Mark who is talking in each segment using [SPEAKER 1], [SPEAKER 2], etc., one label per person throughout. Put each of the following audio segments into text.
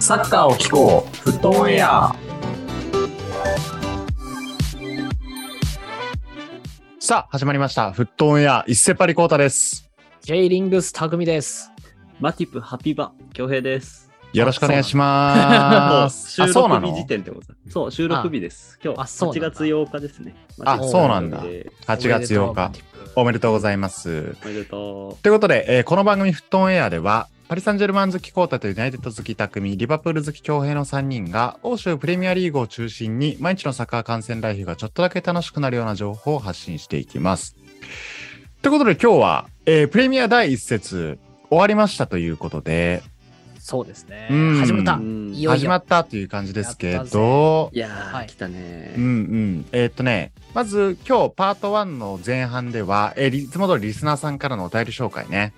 [SPEAKER 1] サッカーを聞こう、フットオンエア。
[SPEAKER 2] さあ、始まりました。フットオンエア、一世パリコータです。
[SPEAKER 3] ジェイリングス匠です。
[SPEAKER 1] マティプハピバ、京平です。
[SPEAKER 2] よろしくお願いします。
[SPEAKER 1] もう収
[SPEAKER 2] あ
[SPEAKER 1] 録日時点ってことだそう、収録日です。今日、
[SPEAKER 3] あそう
[SPEAKER 1] 8
[SPEAKER 3] なんだ
[SPEAKER 1] 月8日ですね。
[SPEAKER 2] あ
[SPEAKER 1] マティプ
[SPEAKER 2] そうなんだ
[SPEAKER 1] おめで
[SPEAKER 2] 8月8日。おめでとうございます。
[SPEAKER 1] おめでと
[SPEAKER 2] ということで、えーこの番組フットオンエアでは、パリ・サンジェルマン好きコータとユナイテッド好き匠、リバプール好き強兵の3人が、欧州プレミアリーグを中心に、毎日のサッカー観戦ライフがちょっとだけ楽しくなるような情報を発信していきます。ということで今日は、えープレミア第1節終わりましたということで、
[SPEAKER 3] そうですね。
[SPEAKER 2] うん
[SPEAKER 3] 始め
[SPEAKER 1] う。
[SPEAKER 3] た。
[SPEAKER 1] う
[SPEAKER 2] う
[SPEAKER 1] ん
[SPEAKER 3] い
[SPEAKER 1] い
[SPEAKER 3] よ
[SPEAKER 2] 始まったという感じですけ
[SPEAKER 3] やった
[SPEAKER 2] ど、
[SPEAKER 1] や
[SPEAKER 3] は
[SPEAKER 1] ー、
[SPEAKER 3] い
[SPEAKER 1] 来たね
[SPEAKER 2] うんう。ん。えーっとね、まず今日パート1の前半では、えーいつも通りリスナーさんからのお便り紹介ね。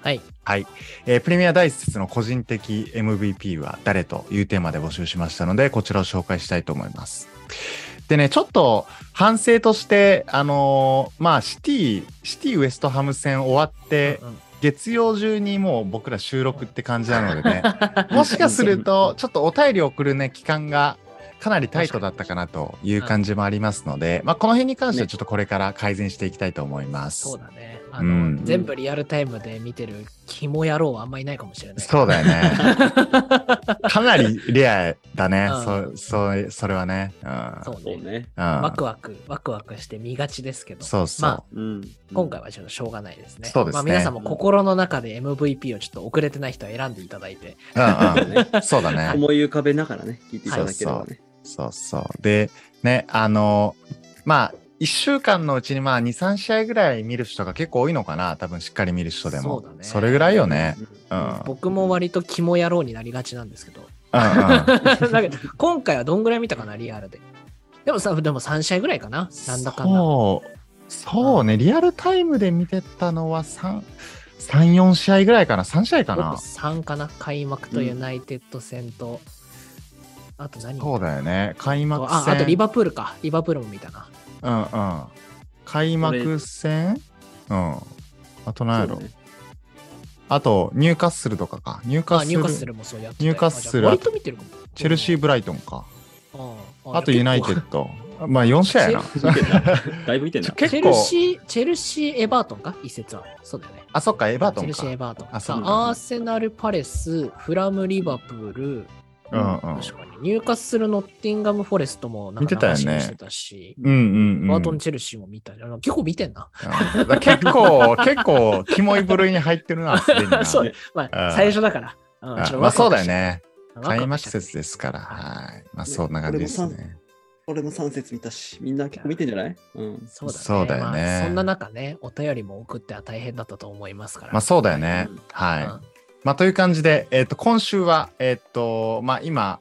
[SPEAKER 3] はい。
[SPEAKER 2] はい。えープレミア第一節の個人的 MVP は誰というテーマで募集しましたので、こちらを紹介したいと思います。でね、ちょっと反省として、あのーまあ、シティ、シティウエストハム戦終わって、
[SPEAKER 3] うんうん
[SPEAKER 2] 月曜中にもう僕ら収録って感じなのでね、もしかすると、ちょっとお便り送るね、期間がかなりタイトだったかなという感じもありますので、まあ、この辺に関してはちょっとこれから改善していきたいと思います。
[SPEAKER 3] そうだね。あの、
[SPEAKER 2] うん
[SPEAKER 3] 全部リアルタイムで見てるキモ野郎はあんまいないかもしれない。
[SPEAKER 2] そうだよ ね。かなりレアだね。そ、
[SPEAKER 3] う
[SPEAKER 2] そう、それはね。うん。
[SPEAKER 3] そう
[SPEAKER 1] そう
[SPEAKER 3] ね。
[SPEAKER 1] ね。
[SPEAKER 2] うん
[SPEAKER 3] ワクワク、ワクワクして見がちですけど。
[SPEAKER 2] そうそう。
[SPEAKER 3] まあ
[SPEAKER 1] うん。
[SPEAKER 3] 今回はちょっとしょうがないですね。
[SPEAKER 2] そうですね
[SPEAKER 3] まあ、皆さんも心の中で MVP をちょっと遅れてない人は選んでいただいて。
[SPEAKER 2] う
[SPEAKER 1] そうんね
[SPEAKER 2] うん。そうだね。
[SPEAKER 1] 思い浮かべながらね、聞いていただければね。
[SPEAKER 2] そうそう。で、ね、あの、まあ、1週間のうちにまあ2、3試合ぐらい見る人が結構多いのかな。多分しっかり見る人でも。
[SPEAKER 3] そうだね
[SPEAKER 2] れぐらいよね。
[SPEAKER 1] う
[SPEAKER 2] うんん。うんうん。
[SPEAKER 3] 僕も割とキモ野郎になりがちなんです けど。なんか今回はどんぐらい見たかな、リアルで。でもさ、でも3試合ぐらいかな。なんだかんだ。
[SPEAKER 2] そう。そうね。リアルタイムで見てたのは3、3、4試合ぐらいかな。3試合かな。
[SPEAKER 3] 3かな開幕とユナイテッド戦と、あと何
[SPEAKER 2] そうだよね。開幕戦。
[SPEAKER 3] ああとリバプールか。リバプールも見たな。
[SPEAKER 2] うんうん。開幕戦うん。あと何やろ、
[SPEAKER 1] そうね
[SPEAKER 2] あと、ニューカッスルとかか。ニューカッ
[SPEAKER 3] あ
[SPEAKER 2] スル。
[SPEAKER 3] ニューカッスルもそうやってた
[SPEAKER 2] ニ
[SPEAKER 3] よ
[SPEAKER 2] ューカッスル
[SPEAKER 3] あじゃあ割と見てるかも。
[SPEAKER 2] チェルシー・ブライトンか。
[SPEAKER 3] うん、うん
[SPEAKER 2] あと、ユナイテッド。まあ、4試合やな。
[SPEAKER 1] 見てんなだいぶ見てんな。
[SPEAKER 3] 結構チ
[SPEAKER 2] 結
[SPEAKER 3] ェル
[SPEAKER 2] 構。
[SPEAKER 3] シー、チェルシー、エバートンか一節は。そうだよね。
[SPEAKER 2] あ、そっか、エバート
[SPEAKER 3] チェ
[SPEAKER 2] ン
[SPEAKER 3] ルシー、エ
[SPEAKER 2] か。
[SPEAKER 3] バートン。
[SPEAKER 2] あそ
[SPEAKER 3] さ
[SPEAKER 2] う
[SPEAKER 1] なんだ
[SPEAKER 3] あ、アーセナル、パレス、フラム、リバプール、
[SPEAKER 2] うんうん。
[SPEAKER 3] 確かに。ニューカッスル、ノッティンガム、フォレストもなんか
[SPEAKER 2] 見てたよね
[SPEAKER 3] 流し見してたし、
[SPEAKER 2] うんうん、うん。
[SPEAKER 3] バートン、チェルシーも見たり。あの結構見てんな。
[SPEAKER 2] うんだから結構、結構、キモい部類に入ってるな、すでにな
[SPEAKER 3] そうね、ま
[SPEAKER 2] う
[SPEAKER 3] あ、
[SPEAKER 2] ん
[SPEAKER 3] 最初だから。うんちょっ
[SPEAKER 2] あ
[SPEAKER 3] と
[SPEAKER 2] まあ、
[SPEAKER 3] ワク
[SPEAKER 2] そ
[SPEAKER 3] ワ
[SPEAKER 2] う
[SPEAKER 3] ク
[SPEAKER 2] だよ
[SPEAKER 3] し
[SPEAKER 2] ね。
[SPEAKER 3] ワクワクしちゃ
[SPEAKER 2] 開幕
[SPEAKER 3] って。
[SPEAKER 2] 節ですから。はい。まあ、そんな感じです
[SPEAKER 1] これ
[SPEAKER 2] ね。
[SPEAKER 1] 俺も3節見たし、みんな結構見てんじゃないうん。
[SPEAKER 3] そうだね。
[SPEAKER 2] そうだよね
[SPEAKER 3] まあそんな中ね、お便りも送っては大変だったと思いますから。
[SPEAKER 2] まあ、そうだよね
[SPEAKER 1] うん。
[SPEAKER 2] はい。
[SPEAKER 3] うん
[SPEAKER 2] まあ、という感じで、えっと今週は、えっとまあ、今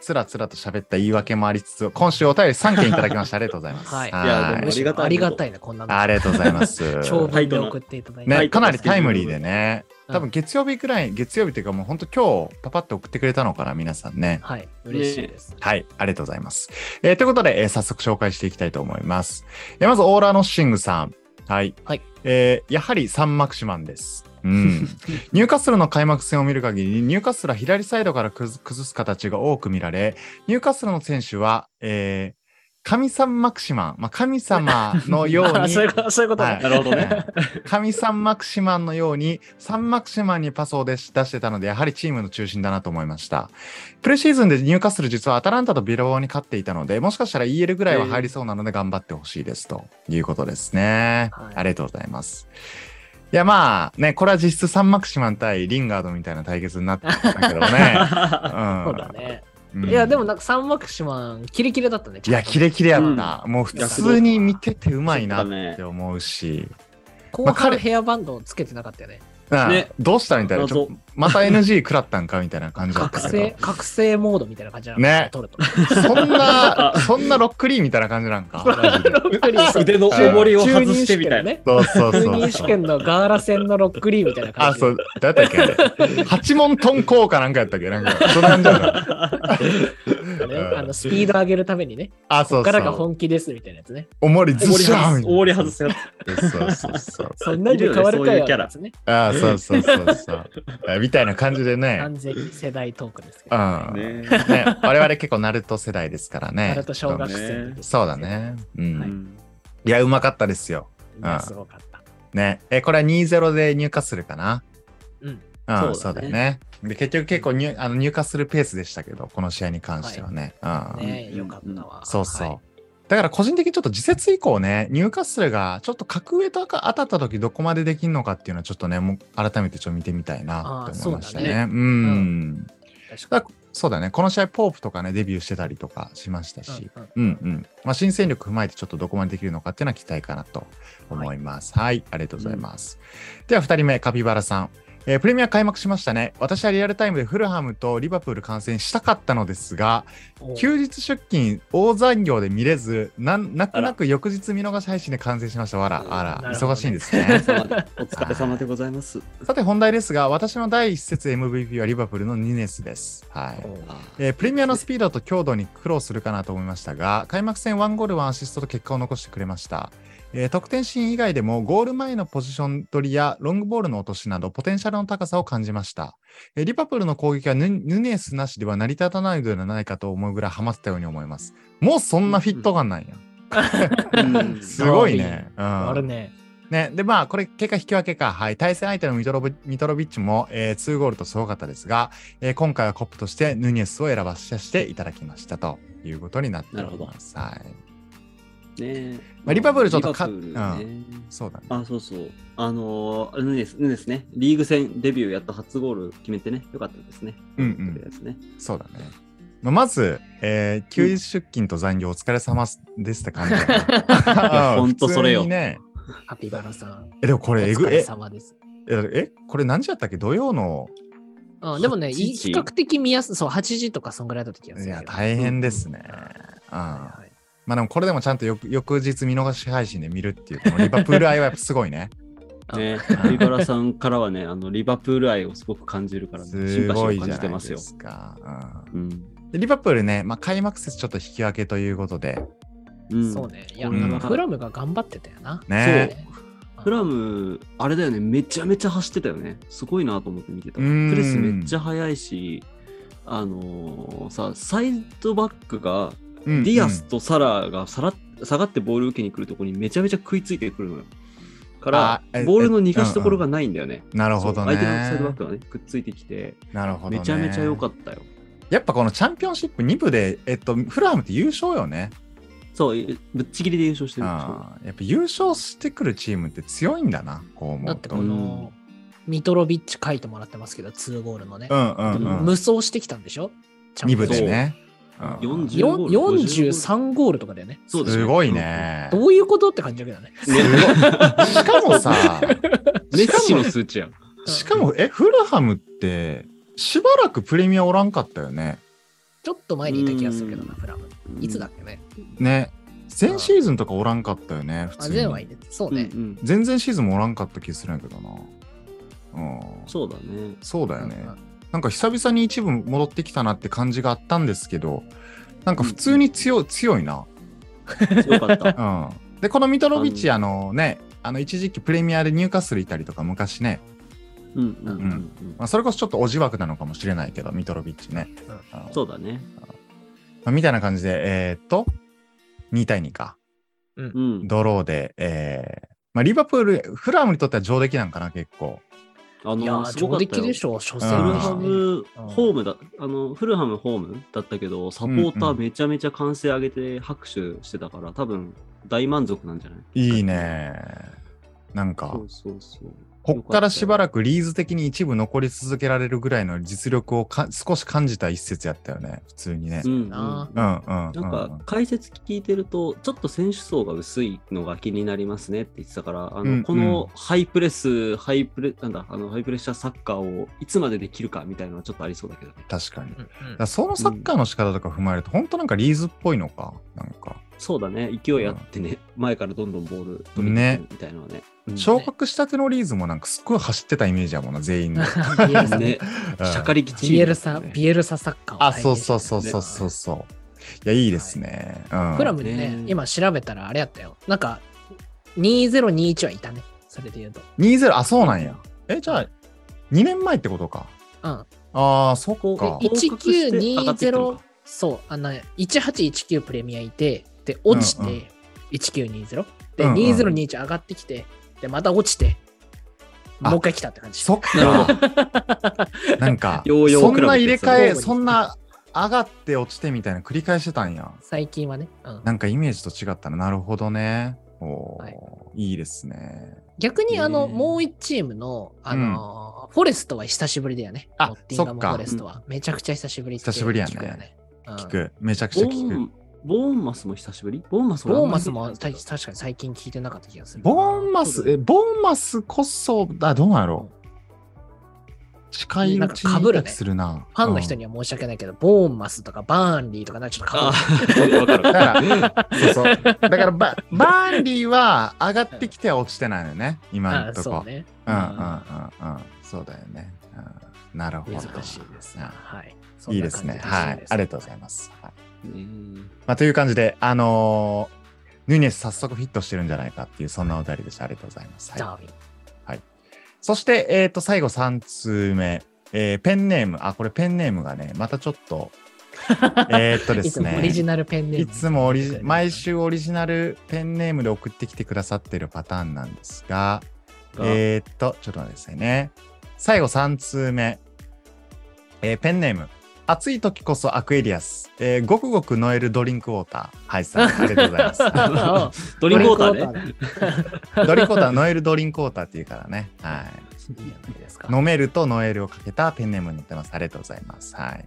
[SPEAKER 2] つらつらと喋った言い訳もありつつ今週お便り3件いただきましたありがとうござい ます。
[SPEAKER 3] はい
[SPEAKER 1] いやでも
[SPEAKER 3] むしろあ
[SPEAKER 1] あ
[SPEAKER 3] り
[SPEAKER 1] り
[SPEAKER 3] が
[SPEAKER 1] が
[SPEAKER 3] た
[SPEAKER 1] た
[SPEAKER 3] いね、こんなの。
[SPEAKER 2] ありがとうございます。
[SPEAKER 3] 長文で送っていただいて。
[SPEAKER 2] ね、
[SPEAKER 1] ね
[SPEAKER 2] かなりタイムリーでね
[SPEAKER 3] うん
[SPEAKER 2] 多分月曜日くらい月曜日というかもう本当今日パパッと送ってくれたのかな皆さんね。
[SPEAKER 3] はい、嬉しいです。
[SPEAKER 2] はい、ありがとうございます。えーということで、えー早速紹介していきたいと思います。えーまず、オーラノッシングさん。はい。
[SPEAKER 3] はい
[SPEAKER 2] えーやはりサンマクシマンです。うん、 ニューカッスルの開幕戦を見る限り、ニューカッスルは左サイドからくず崩す形が多く見られ、ニューカッスルの選手は、えー神さんマクシマン、まあ、神様のよう
[SPEAKER 3] あ
[SPEAKER 2] に、
[SPEAKER 3] そういうことそういうこと
[SPEAKER 2] はい
[SPEAKER 3] ね。
[SPEAKER 1] なるほどね。
[SPEAKER 2] 神サンマクシマンのように、サンマクシマンにパスを出し出してたので、やはりチームの中心だなと思いました。プレシーズンで入荷する実はアタランタとビルボーに勝っていたので、もしかしたら EL ぐらいは入りそうなので頑張ってほしいですということですね。
[SPEAKER 3] はい
[SPEAKER 2] ありがとうございます。いやまあね、これは実質サンマクシマン対リンガードみたいな対決になってたけどね。う ん
[SPEAKER 3] そうだね。
[SPEAKER 2] うん
[SPEAKER 3] いや、でもなんかサンマクシマン、キレキレだったね。
[SPEAKER 2] いや、キレキレやった。もう普通に見ててうまいなって思うし。
[SPEAKER 3] 後
[SPEAKER 2] まあ彼
[SPEAKER 3] 半ヘアバンドをつけてなかったよね。
[SPEAKER 2] うん
[SPEAKER 1] ね
[SPEAKER 2] どうしたみたいな。ちょ
[SPEAKER 1] 謎
[SPEAKER 2] また NG 食らったんかみたいな感じだっ
[SPEAKER 3] 覚
[SPEAKER 2] た け
[SPEAKER 3] 醒、覚醒モードみたいな感じなの
[SPEAKER 2] ね
[SPEAKER 3] 取ると。
[SPEAKER 2] ど。そんな、そんなロックリーみたいな感じなんか。マジで
[SPEAKER 1] 腕の重りを外してみたいな。
[SPEAKER 3] ね。
[SPEAKER 2] そうそう
[SPEAKER 3] 中
[SPEAKER 2] そ
[SPEAKER 3] 任
[SPEAKER 2] う
[SPEAKER 3] 試
[SPEAKER 2] そう。
[SPEAKER 3] 験のガーラ戦のロックリーみたいな感
[SPEAKER 2] あ、
[SPEAKER 3] じで
[SPEAKER 2] そ。う、だったっけあれ八問トン効果なんかやったっけなんか、そんな感じだった
[SPEAKER 3] ね
[SPEAKER 2] うん
[SPEAKER 3] あのスピード上げるためにね、
[SPEAKER 2] あ、そう
[SPEAKER 3] からが
[SPEAKER 2] そう。
[SPEAKER 3] 本気ですみたいなやつね。
[SPEAKER 2] おもりず
[SPEAKER 1] 重り
[SPEAKER 2] しゃ
[SPEAKER 1] 外
[SPEAKER 2] ー
[SPEAKER 1] す。重り外
[SPEAKER 2] す。
[SPEAKER 1] すやつ。
[SPEAKER 2] そうそうそう。
[SPEAKER 3] そんなんで変わるかよ、ね。
[SPEAKER 2] あ、そうそうそうそう。あみたいな感じでね。
[SPEAKER 3] 完全に世代トークですけ
[SPEAKER 2] う
[SPEAKER 3] ど。
[SPEAKER 2] ん。ね
[SPEAKER 1] ね
[SPEAKER 2] 我々結構ナルト世代ですからね。
[SPEAKER 3] ナルト小学生の時
[SPEAKER 2] そうだ。ね。うん。
[SPEAKER 1] う
[SPEAKER 2] い、
[SPEAKER 1] ん
[SPEAKER 2] や、うまかったですよ。
[SPEAKER 3] いやすごかった。
[SPEAKER 2] ね。え、これは2-0で入荷するかな。
[SPEAKER 3] うん。
[SPEAKER 2] うん、そう
[SPEAKER 1] そう
[SPEAKER 2] だ
[SPEAKER 1] だね
[SPEAKER 2] ね。で、結局結構入あの入荷するペースでしたけど、この試合に関してはね。うん。
[SPEAKER 3] ね
[SPEAKER 1] うん
[SPEAKER 3] よかったわ。
[SPEAKER 2] そうそう。
[SPEAKER 3] はい
[SPEAKER 2] だから個人的にちょっと次節以降ね、ニューカッスルがちょっと格上と当たった時どこまでできるのかっていうのはちょっとね、もう改めてちょっと見てみたいなって思いましたね。
[SPEAKER 3] あー
[SPEAKER 2] う
[SPEAKER 3] そ
[SPEAKER 2] ん、
[SPEAKER 3] 確
[SPEAKER 2] だ
[SPEAKER 3] か
[SPEAKER 2] からそうだね、この試合ポープとかね、デビューしてたりとかしました
[SPEAKER 3] に
[SPEAKER 2] し、
[SPEAKER 3] うんうん
[SPEAKER 2] うん、うんまあ、新戦力踏まえてちょっとどこまでできるのかっていうのは期待かなと思います。はい、ありがとうございます。では2人目、カピバラさん。えープレミア開幕しましたね。私はリアルタイムでフルハムとリバプール観戦したかったのですが、
[SPEAKER 3] お
[SPEAKER 2] 休日出勤大残業で見れずなん泣く泣く翌日見逃し配信で完成しましたわら
[SPEAKER 1] うん
[SPEAKER 2] あ
[SPEAKER 3] な
[SPEAKER 2] ら
[SPEAKER 3] るほどね
[SPEAKER 2] 忙しいんです ね
[SPEAKER 1] お疲れ様でございます。
[SPEAKER 2] さて本題ですが私の第一節 MVP はリバプールのニネスですはい
[SPEAKER 3] お
[SPEAKER 2] えープレミアのスピードと強度に苦労するかなと思いましたが開幕戦1ゴール1アシストと結果を残してくれました、えー得点シーン以外でもゴール前のポジション取りやロングボールの落としなどポテンシャルの高さを感じました、えーリバプールの攻撃はヌヌネスなしでは成り立たないのではないかと思うぐらいハマってたように思いますもうそんなフィット感なんや、
[SPEAKER 1] うん
[SPEAKER 2] すごいね、うん
[SPEAKER 3] あるね。
[SPEAKER 2] ね、で、まあ、これ、結果引き分けか。はい。対戦相手のミトロビミトロビッチも、えー、2ゴールとすごかったですが、えー今回はコップとしてヌニエスを選ばせていただきましたということになっております。はい。
[SPEAKER 1] ね
[SPEAKER 2] まあリバプールちょっとか
[SPEAKER 1] リバプールね
[SPEAKER 2] そうだね。
[SPEAKER 1] あ、そうそう。あのー、ヌネス、ヌネスね。リーグ戦デビューやっと初ゴール決めてね。よかったですね。
[SPEAKER 2] うんうん
[SPEAKER 1] とりあえずね。
[SPEAKER 2] そうだね。まあ、まず、えー休日出勤と残業お疲れ様ですって感じ だね
[SPEAKER 1] やほんとそれよ
[SPEAKER 2] 普通にね。
[SPEAKER 3] ハピバラさん。
[SPEAKER 2] え、でもこ
[SPEAKER 3] お
[SPEAKER 2] れ、えぐ
[SPEAKER 3] 疲れ
[SPEAKER 2] え、
[SPEAKER 3] 様です。
[SPEAKER 2] え、えこれ何時やったっけ土曜の。
[SPEAKER 3] うん、でもね、
[SPEAKER 1] 8
[SPEAKER 3] い
[SPEAKER 1] 時
[SPEAKER 3] 比較的見やすそう、8時とかそんぐらいだった気がす
[SPEAKER 2] い
[SPEAKER 3] るけど。
[SPEAKER 2] や、大変ですね。うん
[SPEAKER 3] はいはい
[SPEAKER 2] まあでもこれでもちゃんと翌翌日見逃し配信で見るっていうこのリバプール愛はやっぱすごいね。
[SPEAKER 3] あ
[SPEAKER 1] ね、カピバラさんからはね、あのリバプール愛をすごく感じるから、ね、シ
[SPEAKER 2] す
[SPEAKER 1] ンパシ
[SPEAKER 2] ご
[SPEAKER 1] ーを
[SPEAKER 2] いじ
[SPEAKER 1] 感
[SPEAKER 2] ゃ
[SPEAKER 1] じ
[SPEAKER 2] な
[SPEAKER 1] て
[SPEAKER 2] い
[SPEAKER 1] ま
[SPEAKER 2] です
[SPEAKER 1] よ。
[SPEAKER 2] すか。うん
[SPEAKER 1] うん
[SPEAKER 2] でリバプールね、まあ、開幕節ちょっと引き分けということで、
[SPEAKER 1] うん
[SPEAKER 3] そうね。いや、
[SPEAKER 1] うん
[SPEAKER 3] なんかフラムが頑張ってたよな。
[SPEAKER 2] ね
[SPEAKER 1] フラム、あれだよね、めちゃめちゃ走ってたよね。すごいなと思って見てた。
[SPEAKER 2] うん
[SPEAKER 1] プレスめっちゃ速いし、あのーさ、サイドバックが、
[SPEAKER 2] うん
[SPEAKER 1] ディアスとサラがさら下がってボール受けに来るところにめちゃめちゃ食いついてくるのよ。か
[SPEAKER 2] あ
[SPEAKER 1] ら
[SPEAKER 2] え、
[SPEAKER 1] ボールの逃がしどころがないんだよね。
[SPEAKER 2] うんなるほど
[SPEAKER 1] そう相手のサイドバッ
[SPEAKER 2] ね。
[SPEAKER 1] クがね、くっついてきて、
[SPEAKER 2] なるほどね。
[SPEAKER 1] めちゃめちゃ良か
[SPEAKER 2] っ
[SPEAKER 1] ったよ。
[SPEAKER 2] た。やっぱこのチャンピオンシップ2部で、えっと、フラハムって優勝よね。
[SPEAKER 1] そう、ぶっちぎりで優勝して
[SPEAKER 2] うん
[SPEAKER 1] る。
[SPEAKER 2] やっぱ優勝してくるチームって強いんだな、こう思うと。
[SPEAKER 3] だってこの、ミトロビッチ書いてもらってますけど、2ゴールのね
[SPEAKER 2] う。んうんうん。
[SPEAKER 3] 無双してきたんでしょ
[SPEAKER 2] 2部でね。
[SPEAKER 1] そう
[SPEAKER 2] うん
[SPEAKER 1] 40
[SPEAKER 3] よん43ゴールとかだよね。
[SPEAKER 1] そうだよ
[SPEAKER 2] すごい。ね。
[SPEAKER 3] どういうことって感じだけどね。
[SPEAKER 1] すごいね
[SPEAKER 2] しかもさ、
[SPEAKER 1] メッシの数値やん。
[SPEAKER 2] しかも、え、フルハムって、しばらくプレミアおらんかったよね。
[SPEAKER 3] ちょっと前にいた気がするけどな、
[SPEAKER 1] う
[SPEAKER 3] フラム。いつだっけね。
[SPEAKER 2] ね。前シーズンとかおらんかったよね、普
[SPEAKER 3] あ、
[SPEAKER 2] 通
[SPEAKER 3] 前はい
[SPEAKER 2] に。
[SPEAKER 3] いね。そう
[SPEAKER 1] うんう
[SPEAKER 3] ね。
[SPEAKER 1] ん
[SPEAKER 2] 全然シーズンもおらんかった気するんやけどな。うん。
[SPEAKER 1] そうだね。
[SPEAKER 2] そうだよ
[SPEAKER 3] う
[SPEAKER 2] ね
[SPEAKER 3] んうん。
[SPEAKER 2] なんか久々に一部戻ってきたなって感じがあったんですけど、なんか普通に強い、強いな。
[SPEAKER 1] 強かった。
[SPEAKER 2] うん。で、このミトロビッチ、あのね、あの一時期プレミアで入荷するいたりとか昔ね、
[SPEAKER 1] うんうんうんうん。
[SPEAKER 2] まあ、それこそちょっとおじわくなのかもしれないけど、ミトロビッチね。
[SPEAKER 3] うん
[SPEAKER 2] うん
[SPEAKER 1] そうだね。
[SPEAKER 2] まあ、みたいな感じで、えーっと、2対2か。
[SPEAKER 1] うん。
[SPEAKER 2] ドローで、えーまあ、リバプール、フラムにとっては上出来なんかな、結構。
[SPEAKER 1] あ
[SPEAKER 3] いや
[SPEAKER 1] の、
[SPEAKER 3] ー、
[SPEAKER 1] すご
[SPEAKER 3] 上
[SPEAKER 1] かっ
[SPEAKER 3] 出
[SPEAKER 1] た
[SPEAKER 3] 来
[SPEAKER 1] よ。
[SPEAKER 3] でしょう、初
[SPEAKER 2] う
[SPEAKER 1] フル
[SPEAKER 3] 戦
[SPEAKER 2] ん
[SPEAKER 3] でし
[SPEAKER 1] ハ
[SPEAKER 3] たね。
[SPEAKER 1] ムホームだ、あの、フルハムホームだったけど、サポータ
[SPEAKER 2] うんう
[SPEAKER 1] ー
[SPEAKER 2] ん
[SPEAKER 1] めちゃめちゃ歓声上げて拍手してたから、多分大満足なんじゃない
[SPEAKER 2] いい。ね。なんか
[SPEAKER 1] そ、うそうそう。
[SPEAKER 2] こっからしば
[SPEAKER 1] く。
[SPEAKER 2] らくリーズ的に一部残り続けられるぐらいの実力をか少し感じた一節やったよね、普通にね。
[SPEAKER 1] う
[SPEAKER 2] うん
[SPEAKER 1] う
[SPEAKER 2] ん
[SPEAKER 1] ん。
[SPEAKER 3] な
[SPEAKER 2] うん
[SPEAKER 1] な
[SPEAKER 2] うんうん
[SPEAKER 1] か解説聞いてると、ちょっと選手層が薄いのが気になりますねって言ってたから、あ
[SPEAKER 2] うんうん
[SPEAKER 1] のこのハイプレス、ハイプレなんだあのハイプレッシャーサッカーをいつまでできるかみたいなのはちょっとありそうだけどね。
[SPEAKER 2] 確かに。だか
[SPEAKER 3] うんうん
[SPEAKER 2] らそのサッカーの仕方とか踏まえると、本当なんかリーズっぽいのか、なんか。
[SPEAKER 1] そうだね、勢いあってね、前からどんどんボール取りに行くみたいなのはね。うん
[SPEAKER 2] 昇格したてのリーズもなんかすっごい走ってたイメージやもんな、全員で。
[SPEAKER 3] ビエルサ
[SPEAKER 1] ね、
[SPEAKER 2] うん
[SPEAKER 1] シャカリキチーム
[SPEAKER 3] ビエルサ、
[SPEAKER 1] ね
[SPEAKER 3] ビエルササッカーを
[SPEAKER 2] あ、
[SPEAKER 3] 体
[SPEAKER 2] そう
[SPEAKER 3] 験し
[SPEAKER 2] そ
[SPEAKER 3] た
[SPEAKER 2] うそうそうそうそう。いや、いいですね。うん。
[SPEAKER 3] フラムでね
[SPEAKER 1] ね、
[SPEAKER 3] 今調べたらあれやったよ。なんか、2021はいたね。それで言うと。
[SPEAKER 2] 20、あ、そうなんや。え、じゃあ、2年前ってことか。
[SPEAKER 3] うん。
[SPEAKER 2] ああ、そっか。
[SPEAKER 1] い報
[SPEAKER 3] 1920
[SPEAKER 1] 告して上がってきたのか
[SPEAKER 3] そう、あの、1819プレミアいて、で、落ち
[SPEAKER 2] うんう
[SPEAKER 3] て、1920。で、
[SPEAKER 2] うんうん
[SPEAKER 3] 2021上がってきて、で、また落ちて、
[SPEAKER 2] あ
[SPEAKER 3] もう一回来たって感じ。
[SPEAKER 2] そっか。 なんか、
[SPEAKER 1] ヨーヨー
[SPEAKER 2] そん
[SPEAKER 1] クラブ
[SPEAKER 2] な入れ替え、
[SPEAKER 3] ですね
[SPEAKER 2] そんな上がって落ちてみたいな繰り返してたんや。
[SPEAKER 3] 最近はね、うん。
[SPEAKER 2] なんかイメージと違ったな。なるほどね。おー
[SPEAKER 3] はい
[SPEAKER 2] い、いですね。
[SPEAKER 3] 逆に、あ
[SPEAKER 1] へ
[SPEAKER 3] の、
[SPEAKER 1] ー
[SPEAKER 3] もう一チームの、あのー、フォレストは久しぶりだよね。
[SPEAKER 2] あ
[SPEAKER 3] ノッティンガム
[SPEAKER 2] そっか
[SPEAKER 3] フォレストは。めちゃくちゃ久しぶりって
[SPEAKER 2] 久しぶりやね
[SPEAKER 3] 聞くよね。うん
[SPEAKER 2] 聞く。めちゃく
[SPEAKER 1] ボ
[SPEAKER 2] ちゃ
[SPEAKER 1] ー
[SPEAKER 2] 聞く。
[SPEAKER 1] ン、ボーンマスも久しぶりボーンマス俺あん
[SPEAKER 3] ボー
[SPEAKER 1] ま
[SPEAKER 3] マ
[SPEAKER 1] り
[SPEAKER 3] スも
[SPEAKER 1] 見てな
[SPEAKER 3] た
[SPEAKER 1] い
[SPEAKER 3] 確かに最近聞いてなかった気がする。
[SPEAKER 2] ボーンマス、え、ボーンマスこそ、あ、どうなんやろう。近いうち
[SPEAKER 3] なんか被
[SPEAKER 2] に
[SPEAKER 3] るね
[SPEAKER 2] いた気するな。
[SPEAKER 3] ファンの人
[SPEAKER 2] に。
[SPEAKER 3] には申し訳ないけど、ボーンマスとかバーンリーとかなんかちょっとか
[SPEAKER 1] あ
[SPEAKER 3] っ
[SPEAKER 1] ーわかる
[SPEAKER 2] だ
[SPEAKER 1] わ
[SPEAKER 2] か、
[SPEAKER 1] からる。
[SPEAKER 2] そうそう。だからバ、バーンリーは上がってきては落ちてないのよね。
[SPEAKER 3] こいい
[SPEAKER 2] 今
[SPEAKER 3] あ
[SPEAKER 2] の
[SPEAKER 3] ー
[SPEAKER 2] とこ。
[SPEAKER 3] そうね。
[SPEAKER 2] うんうんうんうん。そうだよね。うん、なるほど。
[SPEAKER 3] 難しいですね。はい。そん
[SPEAKER 2] いい
[SPEAKER 3] な
[SPEAKER 2] で
[SPEAKER 3] 感
[SPEAKER 2] す
[SPEAKER 3] じ
[SPEAKER 2] ね。はい。ありがとうござい
[SPEAKER 3] す。
[SPEAKER 2] ます。はい
[SPEAKER 1] うん
[SPEAKER 2] まあ、という感じで、あのーヌニエス早速フィットしてるんじゃないかっていう、そんなお便りでした。ありがとうございます。はい、
[SPEAKER 3] ダーウィン。
[SPEAKER 2] そして、えっ、と、最後3通目。えーペンネーム。あ、これペンネームがね、またちょっ と、えーっとで
[SPEAKER 3] いつ
[SPEAKER 2] す
[SPEAKER 3] も
[SPEAKER 2] ね。
[SPEAKER 3] オリジナルペンネーム。
[SPEAKER 2] いつもオリジ毎
[SPEAKER 3] ね。
[SPEAKER 2] 週オリジナルペンネームで送ってきてくださってるパターンなんですが、
[SPEAKER 1] が
[SPEAKER 2] えーっと、ちょっと待ってくださいね。最後3通目。えーペンネーム。暑い時こそアクエリアス。えーごくごくノエルドリンクウォーター。はい、さん、ありがとうございます。
[SPEAKER 3] あ
[SPEAKER 1] ドリンクウォーターね。
[SPEAKER 3] ね。
[SPEAKER 2] ドリンクウォーター、ノエルドリンクウォーターっていうからね。はい。
[SPEAKER 3] いいじゃないですか。
[SPEAKER 2] 飲めるとノエルをかけたペンネームになってます。ありがとうございます。はい。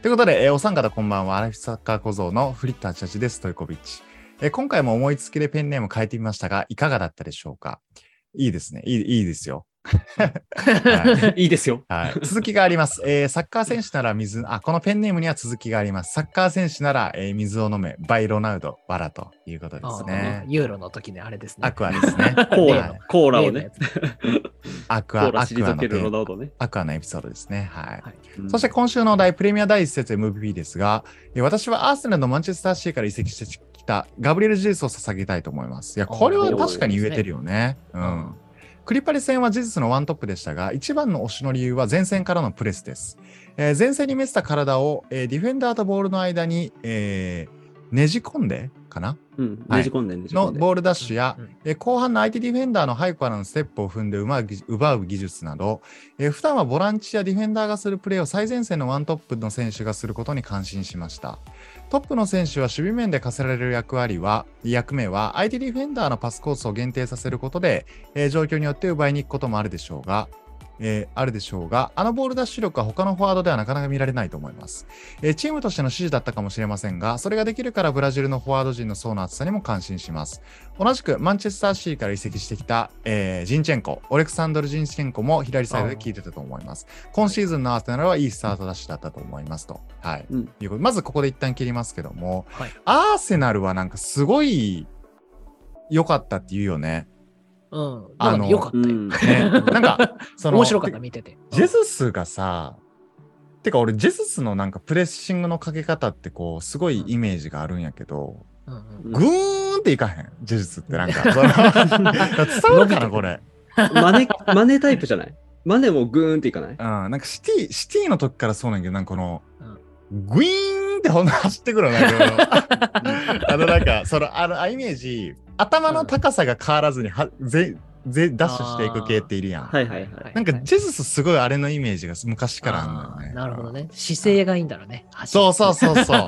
[SPEAKER 2] ということで、えーお三方こんばんは。アラフィサッカー小僧のフリッターチャチです。トイコビッチ。えー今回も思いつきでペンネーム変えてみましたが、いかがだったでしょうかいいですね。いいいいで すよ。はい
[SPEAKER 1] いいですよ。
[SPEAKER 2] はい、続きがあります、えーサッカー選手なら水、あ、このペンネームには続きがあります。サッカー選手なら、えー水を飲め、バイロナウド、バラということで
[SPEAKER 3] あ
[SPEAKER 2] す
[SPEAKER 3] ー
[SPEAKER 2] ね。
[SPEAKER 3] ユーロの時ね、あれですね。
[SPEAKER 2] アクアですね。
[SPEAKER 1] コー
[SPEAKER 2] は
[SPEAKER 1] ラ
[SPEAKER 2] い、
[SPEAKER 1] コーラをね。
[SPEAKER 2] ア
[SPEAKER 1] コ
[SPEAKER 2] クア、
[SPEAKER 1] ー
[SPEAKER 2] アク
[SPEAKER 1] ラ
[SPEAKER 2] ア
[SPEAKER 1] 退
[SPEAKER 2] の
[SPEAKER 1] け
[SPEAKER 2] テ
[SPEAKER 1] るロ
[SPEAKER 2] ーマ
[SPEAKER 1] ナウドね。
[SPEAKER 2] アクアのエピソードですね。はい
[SPEAKER 1] うん
[SPEAKER 2] そして今週のお題、プレミア第1節 MVP ですが、えー私はアーセナルのマンチェスターシーから移籍してきたガブリエル・ジェズを捧げたいと思います。いや、これは確かに言えてるよね。うん。クリパリ戦は事実のワントップでしたが、一番の推しの理由は前線からのプレスです。えー前線に見せた体を、えーディフェンダーとボールの間に、えーねじ込んでかな
[SPEAKER 1] うん、
[SPEAKER 2] はい
[SPEAKER 1] ねじ込んでねじ込
[SPEAKER 2] の
[SPEAKER 1] んで。
[SPEAKER 2] ボールダッシュや
[SPEAKER 3] う、ん
[SPEAKER 2] えー後半の相手ディフェンダーの背後からのステップを踏んで奪う技奪う技術など、えー普段はボランチやディフェンダーがするプレーを最前線のワントップの選手がすることに感心しました。トップの選手は守備面で課せられる役割は、役目は相手ディフェンダーのパスコースを限定させることで、えー状況によって奪いに行くこともあるでしょうが、えーあるでしょうが、あのボールダッシュ力は他のフォワードではなかなか見られないと思います、えーチームとしての指示だったかもしれませんが、それができるからブラジルのフォワード陣の層の厚さにも感心します。同じくマンチェスターシーから移籍してきた、えージンチェンコ、オレクサンドル・ジンチェンコも左サイドで聞いてたと思います。今シーズンのアーセナルはいいスタートダッシュだったと思いますと。はい。
[SPEAKER 1] うん
[SPEAKER 2] いうことでまずここで一旦切りますけども、
[SPEAKER 3] はい
[SPEAKER 2] アーセナルはなんかすごい良かったっていうよね。
[SPEAKER 3] うん。
[SPEAKER 2] あ
[SPEAKER 3] あ
[SPEAKER 2] の
[SPEAKER 3] の、よかったよ。
[SPEAKER 1] うん
[SPEAKER 2] ね なんか、その
[SPEAKER 3] 面白かった、見てて。
[SPEAKER 2] ジェズスがさ、てか俺、ジェズスのなんかプレッシングのかけ方ってこう、すごいイメージがあるんやけど、
[SPEAKER 3] うんうん
[SPEAKER 2] ぐーんっていかへん、ジェズスってなん か。その伝わるかな、これ。
[SPEAKER 1] マネ、マネタイプじゃないマネもグーンっていかない
[SPEAKER 2] うん、なんかシティ、シティの時からそうなんやけど、なんかこの
[SPEAKER 3] うん、
[SPEAKER 2] グイーンってほんの走ってくるのなんかこの あのなんか、その、あの、あイメージ、頭の高さが変わらずには、ぜ、ぜ、ダッシュしていく系っているやん。
[SPEAKER 1] はいはいはい
[SPEAKER 2] なんか、ジェズスすごいあれのイメージが昔からあんのよ
[SPEAKER 3] あ
[SPEAKER 2] ね。
[SPEAKER 3] ーなるほどね。姿勢がいいんだろうね。
[SPEAKER 2] そうそうそう そう。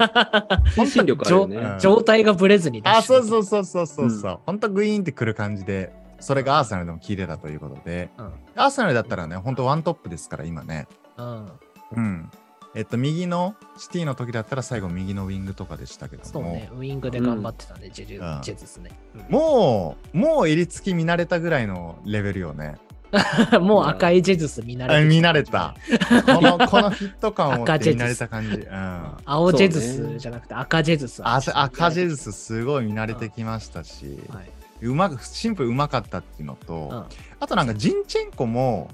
[SPEAKER 1] 推進力あるよね。
[SPEAKER 2] 本当に
[SPEAKER 3] 状態がぶれずに出。
[SPEAKER 2] あ、そうそううそうそうそうそう。ほんとグイーンってくる感じで、それがアーセナルでも聞いてたということで、
[SPEAKER 3] うん
[SPEAKER 2] アーセナルだったらね、ほんとワントップですから、今ね。
[SPEAKER 3] うん。
[SPEAKER 2] うん。えっと、右のシティの時だったら最後右のウィングとかでしたけども。
[SPEAKER 3] そうね。ウイングで頑張ってたね、ジェジ
[SPEAKER 2] うん
[SPEAKER 3] ェジェズスね。
[SPEAKER 2] もう、もう襟付き見慣れたぐらいのレベルよね。
[SPEAKER 3] うんもう赤いジェズス見慣れて
[SPEAKER 2] あ
[SPEAKER 3] き
[SPEAKER 2] 見慣れた。この、このフィット感を持っ
[SPEAKER 3] 赤
[SPEAKER 2] て
[SPEAKER 3] ジェ
[SPEAKER 2] 見
[SPEAKER 3] ズス
[SPEAKER 2] 慣れた 感じ。うん。
[SPEAKER 3] 青ジェズ
[SPEAKER 1] そうね
[SPEAKER 3] スじゃなくて赤ジェズスは。
[SPEAKER 2] あ赤ジェズ
[SPEAKER 3] ス。
[SPEAKER 2] スすごい見慣れてきましたし、
[SPEAKER 3] はい。
[SPEAKER 2] うまく、シンプルうまかったっていうのと、
[SPEAKER 3] うん
[SPEAKER 2] あとなんかジンチェンコも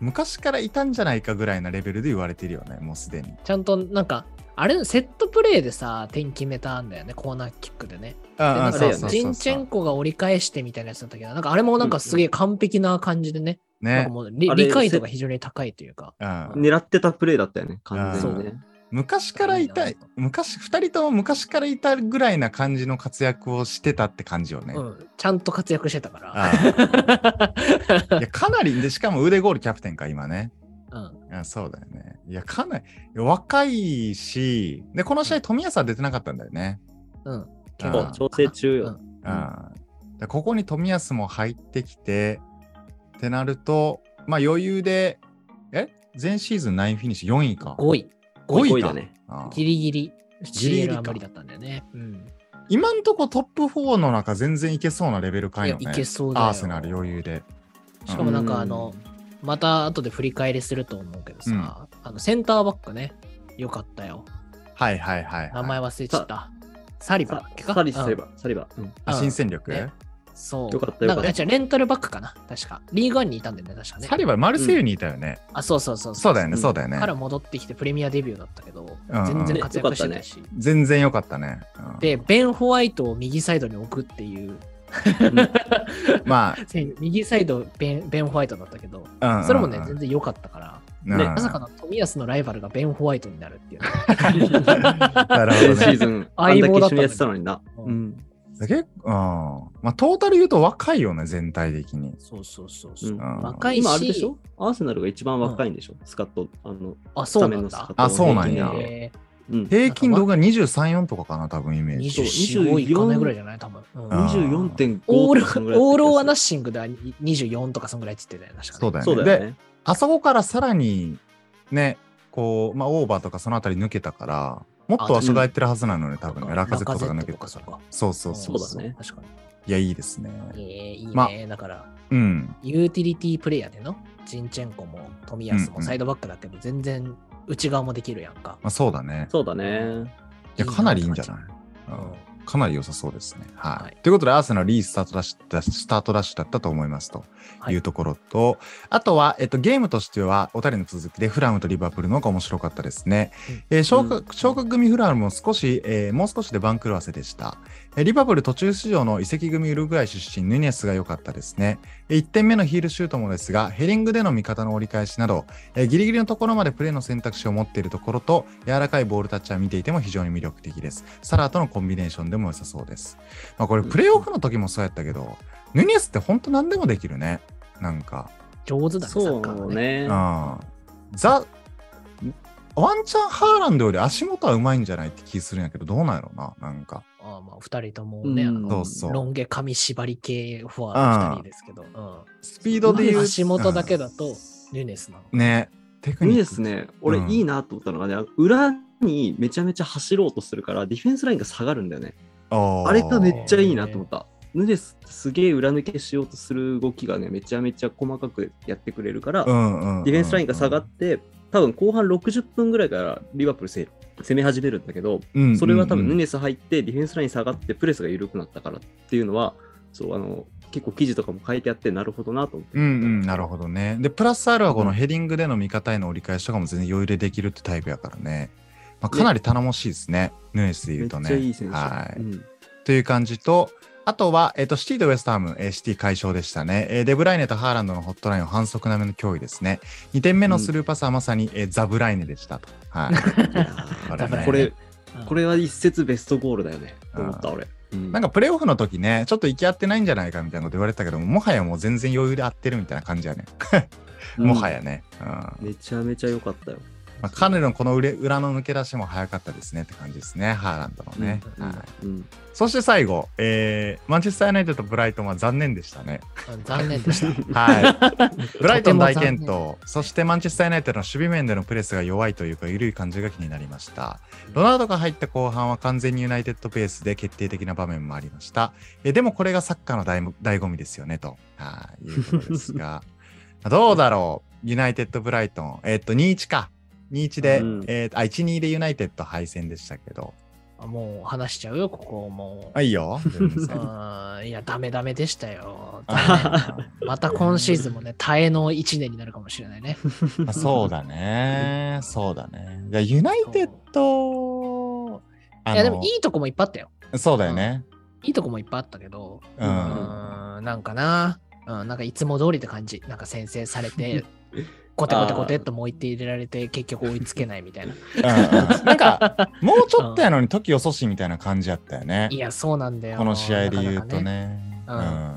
[SPEAKER 2] 昔からいたんじゃないかぐらいなレベルで言われてるよね、もうすでに。
[SPEAKER 3] ちゃんとなんか、あれ、セットプレーでさ、点決めたんだよね、コーナーキックでね。で
[SPEAKER 2] あ
[SPEAKER 3] な
[SPEAKER 2] あ
[SPEAKER 3] んか
[SPEAKER 1] そう
[SPEAKER 3] ね
[SPEAKER 1] そうそう
[SPEAKER 3] ジンチェンコが折り返してみたいなやつだったけど、なんかあれもなんかすげえ完璧な感じでね、なん
[SPEAKER 2] ね
[SPEAKER 3] か。もう理
[SPEAKER 1] あれ
[SPEAKER 3] 理解度が非常に高いというか。
[SPEAKER 2] うん
[SPEAKER 1] 狙ってたプレーだったよね、完全にね。
[SPEAKER 2] 昔からいたい、昔、二人とも昔からいたぐらいな感じの活躍をしてたって感じよね。
[SPEAKER 3] うん、ちゃんと活躍してたから。
[SPEAKER 2] ああいやかなりで、しかも腕ゴールキャプテンか、今ね。
[SPEAKER 3] うん、
[SPEAKER 2] あそうだよね。いや、かなり、いや若いし、で、この試合、富安は出てなかったんだよね。
[SPEAKER 3] うん。
[SPEAKER 2] あ
[SPEAKER 1] そう調整中よ。
[SPEAKER 2] うんでここに富安も入ってきて、ってなると、まあ余裕で、え前シーズン9フィニッシュ4位か。
[SPEAKER 3] 5位。
[SPEAKER 2] 五位
[SPEAKER 1] 5位
[SPEAKER 2] か
[SPEAKER 1] だね。
[SPEAKER 2] ああ
[SPEAKER 3] ギリギリ。
[SPEAKER 2] ギリギリ
[SPEAKER 3] CL
[SPEAKER 2] か
[SPEAKER 3] は無理だったんだよね。うん。
[SPEAKER 2] 今んとこトップ4の中全然いけそうなレベル感
[SPEAKER 3] い
[SPEAKER 2] よ
[SPEAKER 3] や、
[SPEAKER 2] ね。
[SPEAKER 3] いけそうだよ。
[SPEAKER 2] アーセナル余裕で。
[SPEAKER 3] しかもなん
[SPEAKER 1] う
[SPEAKER 3] か
[SPEAKER 1] ん
[SPEAKER 3] あの、また後で振り返りすると思うけどさ、あのセンターバックね、よかったよ。
[SPEAKER 2] はいはいはい、はい。
[SPEAKER 3] 名前忘れちゃった。サリバだっけか
[SPEAKER 1] サリス
[SPEAKER 3] うん
[SPEAKER 1] サリバ、サリバ。うん
[SPEAKER 2] あ新戦力、
[SPEAKER 3] ねそう。
[SPEAKER 1] よかったよかった
[SPEAKER 3] なんか、違うレンタルバックかな確か。リーグワンにいたんだよね、確かね
[SPEAKER 2] サ。リバル、マルセイユにいたよね。
[SPEAKER 3] あ、そうそうそう
[SPEAKER 2] そうだよね、
[SPEAKER 1] うん
[SPEAKER 2] そうだよね
[SPEAKER 3] か。ら戻ってきてプレミアデビューだったけど、
[SPEAKER 2] うん
[SPEAKER 3] 全然活躍してないし。
[SPEAKER 2] 全然良かったね。うん
[SPEAKER 3] で、ベン・ホワイトを右サイドに置くっていう、
[SPEAKER 2] ま
[SPEAKER 3] 右サイドベンベン・ホワイトだったけど、
[SPEAKER 2] あ、うん
[SPEAKER 3] それもね
[SPEAKER 2] う、ん
[SPEAKER 3] 全然良かったから、
[SPEAKER 2] うん
[SPEAKER 1] ね
[SPEAKER 2] うん
[SPEAKER 3] まさかの富安のライバルがベン・ホワイトになるっていうね。
[SPEAKER 1] 前シ
[SPEAKER 2] なるほどね
[SPEAKER 1] ーズ ン、あんだけ一緒にやってたのにな。
[SPEAKER 3] 相棒だったのに
[SPEAKER 1] うん
[SPEAKER 2] 結構、うんまあ、トータル言うと若いよね、全体的に。
[SPEAKER 3] そうそうそうそう。
[SPEAKER 1] うん
[SPEAKER 3] 若いし、
[SPEAKER 1] 今あれでしょアーセナルが一番若いんでしょスカット、あの、
[SPEAKER 3] あ、そ
[SPEAKER 1] ダ
[SPEAKER 3] う
[SPEAKER 1] メ
[SPEAKER 3] な
[SPEAKER 1] の
[SPEAKER 3] ん
[SPEAKER 1] スカ
[SPEAKER 3] だ
[SPEAKER 1] ッ。ト。
[SPEAKER 2] あそうなんや
[SPEAKER 1] 平均年齢
[SPEAKER 3] え
[SPEAKER 1] うん
[SPEAKER 2] 平均度が23、4とかかな、多分イメ
[SPEAKER 3] ー、
[SPEAKER 2] ージ。
[SPEAKER 3] 24
[SPEAKER 1] 24
[SPEAKER 3] いかないぐらいじゃない多分。うん
[SPEAKER 2] あ
[SPEAKER 1] 24.5
[SPEAKER 3] オール、
[SPEAKER 1] とかそんぐらいだった気がする
[SPEAKER 3] オールオアナッシングでは24とかそんぐらいって言ってたよね、確か
[SPEAKER 2] そうだよね。
[SPEAKER 1] そうだよ
[SPEAKER 2] で、
[SPEAKER 1] ね。
[SPEAKER 2] あそこからさらに、ね、こう、まあ、オーバーとかそのあたり抜けたから、もっと足がやってるはずなのね、多分ね、ラカゼットとか抜け
[SPEAKER 3] と
[SPEAKER 2] た
[SPEAKER 3] かそ
[SPEAKER 2] か
[SPEAKER 3] う
[SPEAKER 2] ら。
[SPEAKER 3] か。
[SPEAKER 2] そうそうそう。
[SPEAKER 1] そうだね
[SPEAKER 3] 確かに。
[SPEAKER 2] いや、いいですね。
[SPEAKER 3] えー、いいね、
[SPEAKER 2] ま
[SPEAKER 3] だから、
[SPEAKER 2] うん。
[SPEAKER 3] ユーティリティプレイヤーでの、ジンチェンコも富安もサイドバックだけど、全然内側もできるやんか。
[SPEAKER 2] まあ、そうだね。
[SPEAKER 1] そうだね。
[SPEAKER 2] いや、かなりいいんじゃない
[SPEAKER 3] うん
[SPEAKER 2] うんかなり良さそうですね。はい。
[SPEAKER 3] はい
[SPEAKER 2] ということで、アーセナルいいスタートダッシュだスタートダッシュだったと思いますと
[SPEAKER 3] はい
[SPEAKER 2] いうところと、あとは、えっと、ゲームとしては、おたりの続きで、フラムとリバプールの方が面白かったですね。えー昇
[SPEAKER 1] う
[SPEAKER 2] 格昇格組フラムも少し、えーもう少しで番狂わせでした。えーリバプール途中出場の移籍組ウルグアイ出身、ヌニエスが良かったですね。1点目のヒールシュートもですが、ヘリングでの味方の折り返しなど、えーギリギリのところまでプレーの選択肢を持っているところと、柔らかいボールタッチは見ていても非常に魅力的です。サラーとのコンビネーションでも良さそうです。まあ、これ、プレーオフの時もそうやったけど、ヌニエスって本当何でもできるね。なんか。
[SPEAKER 3] 上手だね、サ
[SPEAKER 1] そ
[SPEAKER 3] ッカー
[SPEAKER 1] う
[SPEAKER 3] がね。
[SPEAKER 1] ね。
[SPEAKER 2] あザ、ワンチャンハーランドより足元はうまいんじゃないって気するんやけど、どうなんやろな、なんか。
[SPEAKER 3] あーまあ、二人ともね、あ
[SPEAKER 1] うん
[SPEAKER 2] そ
[SPEAKER 3] の
[SPEAKER 2] うそう
[SPEAKER 3] ロン毛、髪縛り系フォワード二人ですけど、うん
[SPEAKER 2] スピードで言う。
[SPEAKER 3] 足元だけだと、ヌネスなの。
[SPEAKER 2] うんね。テクニッ
[SPEAKER 1] い
[SPEAKER 2] ク。
[SPEAKER 1] いですね。俺
[SPEAKER 2] うん
[SPEAKER 1] いいなと思ったのがね、裏にめちゃめちゃ走ろうとするから、ディフェンスラインが下がるんだよね。
[SPEAKER 2] おー。
[SPEAKER 1] あれがめっちゃいいなと思った。ヌネスすげえ裏抜けしようとする動きがね、めちゃめちゃ細かくやってくれるから、
[SPEAKER 2] うんうんうん
[SPEAKER 1] ディフェンスラインが下がって、多分後半60分ぐらいからリバプールせ攻め始めるんだけど、
[SPEAKER 2] うんうんうん
[SPEAKER 1] それは多分ヌネス入って、ディフェンスライン下がって、プレスが緩くなったからっていうのは、そうあの結構記事とかも書いてあって、なるほどなと思って。
[SPEAKER 2] うんうん、なるほどね。で、プラスアルファこの
[SPEAKER 1] うん
[SPEAKER 2] ヘディングでの味方への折り返しとかも全然余裕でできるってタイプやからね。まあ、かなり頼もしいですね。ヌネスで言
[SPEAKER 1] め
[SPEAKER 2] う
[SPEAKER 1] っ
[SPEAKER 2] とね。
[SPEAKER 1] ちゃいい選手。
[SPEAKER 2] はい。
[SPEAKER 1] うん
[SPEAKER 2] という感じと、あとは、えっ、と、シティとウェストハム、えーシティ解消でしたね。えーデブライネとハーランドのホットラインを反則なめの脅威ですね。2点目のスルーパスはまさに、えーザブライネでしたと。 はい。
[SPEAKER 1] いやー
[SPEAKER 2] だからね
[SPEAKER 1] これ、
[SPEAKER 3] うん
[SPEAKER 1] これは一節ベストゴールだよね。と思った俺。
[SPEAKER 2] なん
[SPEAKER 1] か、
[SPEAKER 2] かプレイオフの時ね、ちょっと行き合ってないんじゃないかみたいなこと言われてたけども、もはやもう全然余裕で合ってるみたいな感じやね。もはやね。うん。ま
[SPEAKER 1] うん。めちゃめちゃ良かったよ。
[SPEAKER 2] あ、彼のこの裏裏の抜け出しも早かったですねって感じですね。ハーランドのね。
[SPEAKER 1] うん
[SPEAKER 2] はい。
[SPEAKER 1] うん
[SPEAKER 2] そして最後、えーマンチェスター・ユナイテッドとブライトンは残念でしたね。
[SPEAKER 3] うん残念でした。
[SPEAKER 2] はい。 ブライトン大健
[SPEAKER 3] と
[SPEAKER 2] 闘、
[SPEAKER 3] て
[SPEAKER 2] そしてマンチェスター・ユナイテッドの守備面でのプレスが弱いというか、緩い感じが気になりました。ロナウドが入った後半は完全にユナイテッドペースで決定的な場面もありました。えでもこれがサッカーの醍醐醍醐味ですよね、とはいいうことですが、 どうだろう、ユナイテッド・ブライトン、えっと、2-1か。2-1で、
[SPEAKER 1] うん
[SPEAKER 2] えーあ、1-2でユナイテッド敗戦でしたけど。
[SPEAKER 3] あもう話しちゃうよ、ここもう。
[SPEAKER 2] あ、いいよ。全然
[SPEAKER 3] うんいや、ダメダメでしたよ。
[SPEAKER 2] あー
[SPEAKER 3] また今シーズンもね、耐えの1年になるかもしれないね。
[SPEAKER 2] まあそうだね。そうだね。いやユナイテッド、あ
[SPEAKER 3] い
[SPEAKER 2] の
[SPEAKER 3] や、でもいいとこもいっぱいあったよ。
[SPEAKER 2] そうだよね。
[SPEAKER 3] いいとこもいっぱいあったけど、
[SPEAKER 2] うん
[SPEAKER 3] うーんなんかな、ううん、なんかいつも通りって感じ。なんか先制さ れて、コテコテコテっともう一手入れられて、結局追いつけないみた いな。
[SPEAKER 2] うんうんなんか、もうちょっとやのに時遅しみたいな感じやったよね
[SPEAKER 3] い。や、そうなんだよ。
[SPEAKER 2] この試合で言うと
[SPEAKER 3] なかなかね。
[SPEAKER 2] ね。
[SPEAKER 3] うん
[SPEAKER 2] うん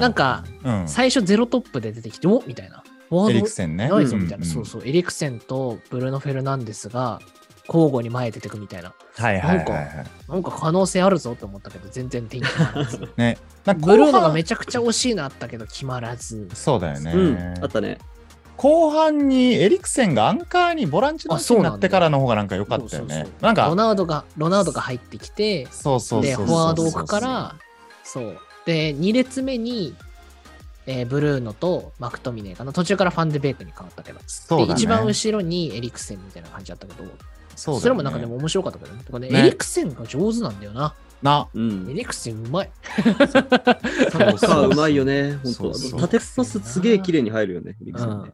[SPEAKER 3] なんか、
[SPEAKER 2] うん。
[SPEAKER 3] 最初ゼロトップで出てきて、おみたいな。お
[SPEAKER 2] エリクセンね。
[SPEAKER 3] ないぞみたいな、
[SPEAKER 2] んん
[SPEAKER 3] そうそう、エリクセンとブルーノ・フェルナンデスが交互に前へ出てくみたいな、
[SPEAKER 2] はいはいはいは。
[SPEAKER 3] ないなんか可能性あるぞと思ったけど、全然天 気決まらず。
[SPEAKER 2] なんか
[SPEAKER 3] ブルーノがめ
[SPEAKER 2] ち
[SPEAKER 3] ちゃくちゃ惜しいのあったけど、決まらず
[SPEAKER 2] ゃ。そうだよね。
[SPEAKER 1] うん、あったね。
[SPEAKER 2] 後半にエリクセンがアンカーにボランチの位置になってからの方がなんか良かったよ
[SPEAKER 3] そうそう
[SPEAKER 2] ね
[SPEAKER 3] そ
[SPEAKER 2] な
[SPEAKER 3] う。
[SPEAKER 2] ん
[SPEAKER 3] ロ
[SPEAKER 2] か、
[SPEAKER 3] ナウドが、ロナウドが入ってきて、
[SPEAKER 2] そうそうそうそう。
[SPEAKER 3] で、フォワード置くから、そう。で、2列目に、えーブルーノとマクトミネーかな。途中からファンデベイクに変わったけど。
[SPEAKER 2] そう
[SPEAKER 3] で、
[SPEAKER 2] だね
[SPEAKER 3] 一番後ろにエリクセンみたいな感じだったけど、
[SPEAKER 2] そうだよね
[SPEAKER 3] れもなんかでも面白かったけどね。とかね
[SPEAKER 2] ね
[SPEAKER 3] エリクセンが上手なんだよな。
[SPEAKER 2] な、
[SPEAKER 1] う
[SPEAKER 3] エ
[SPEAKER 1] ん。
[SPEAKER 3] リクセンうまい。
[SPEAKER 1] サッカーうまいよね、本
[SPEAKER 2] そうそう
[SPEAKER 1] 当。縦パスすげえ綺麗に入るよね、リクさんね。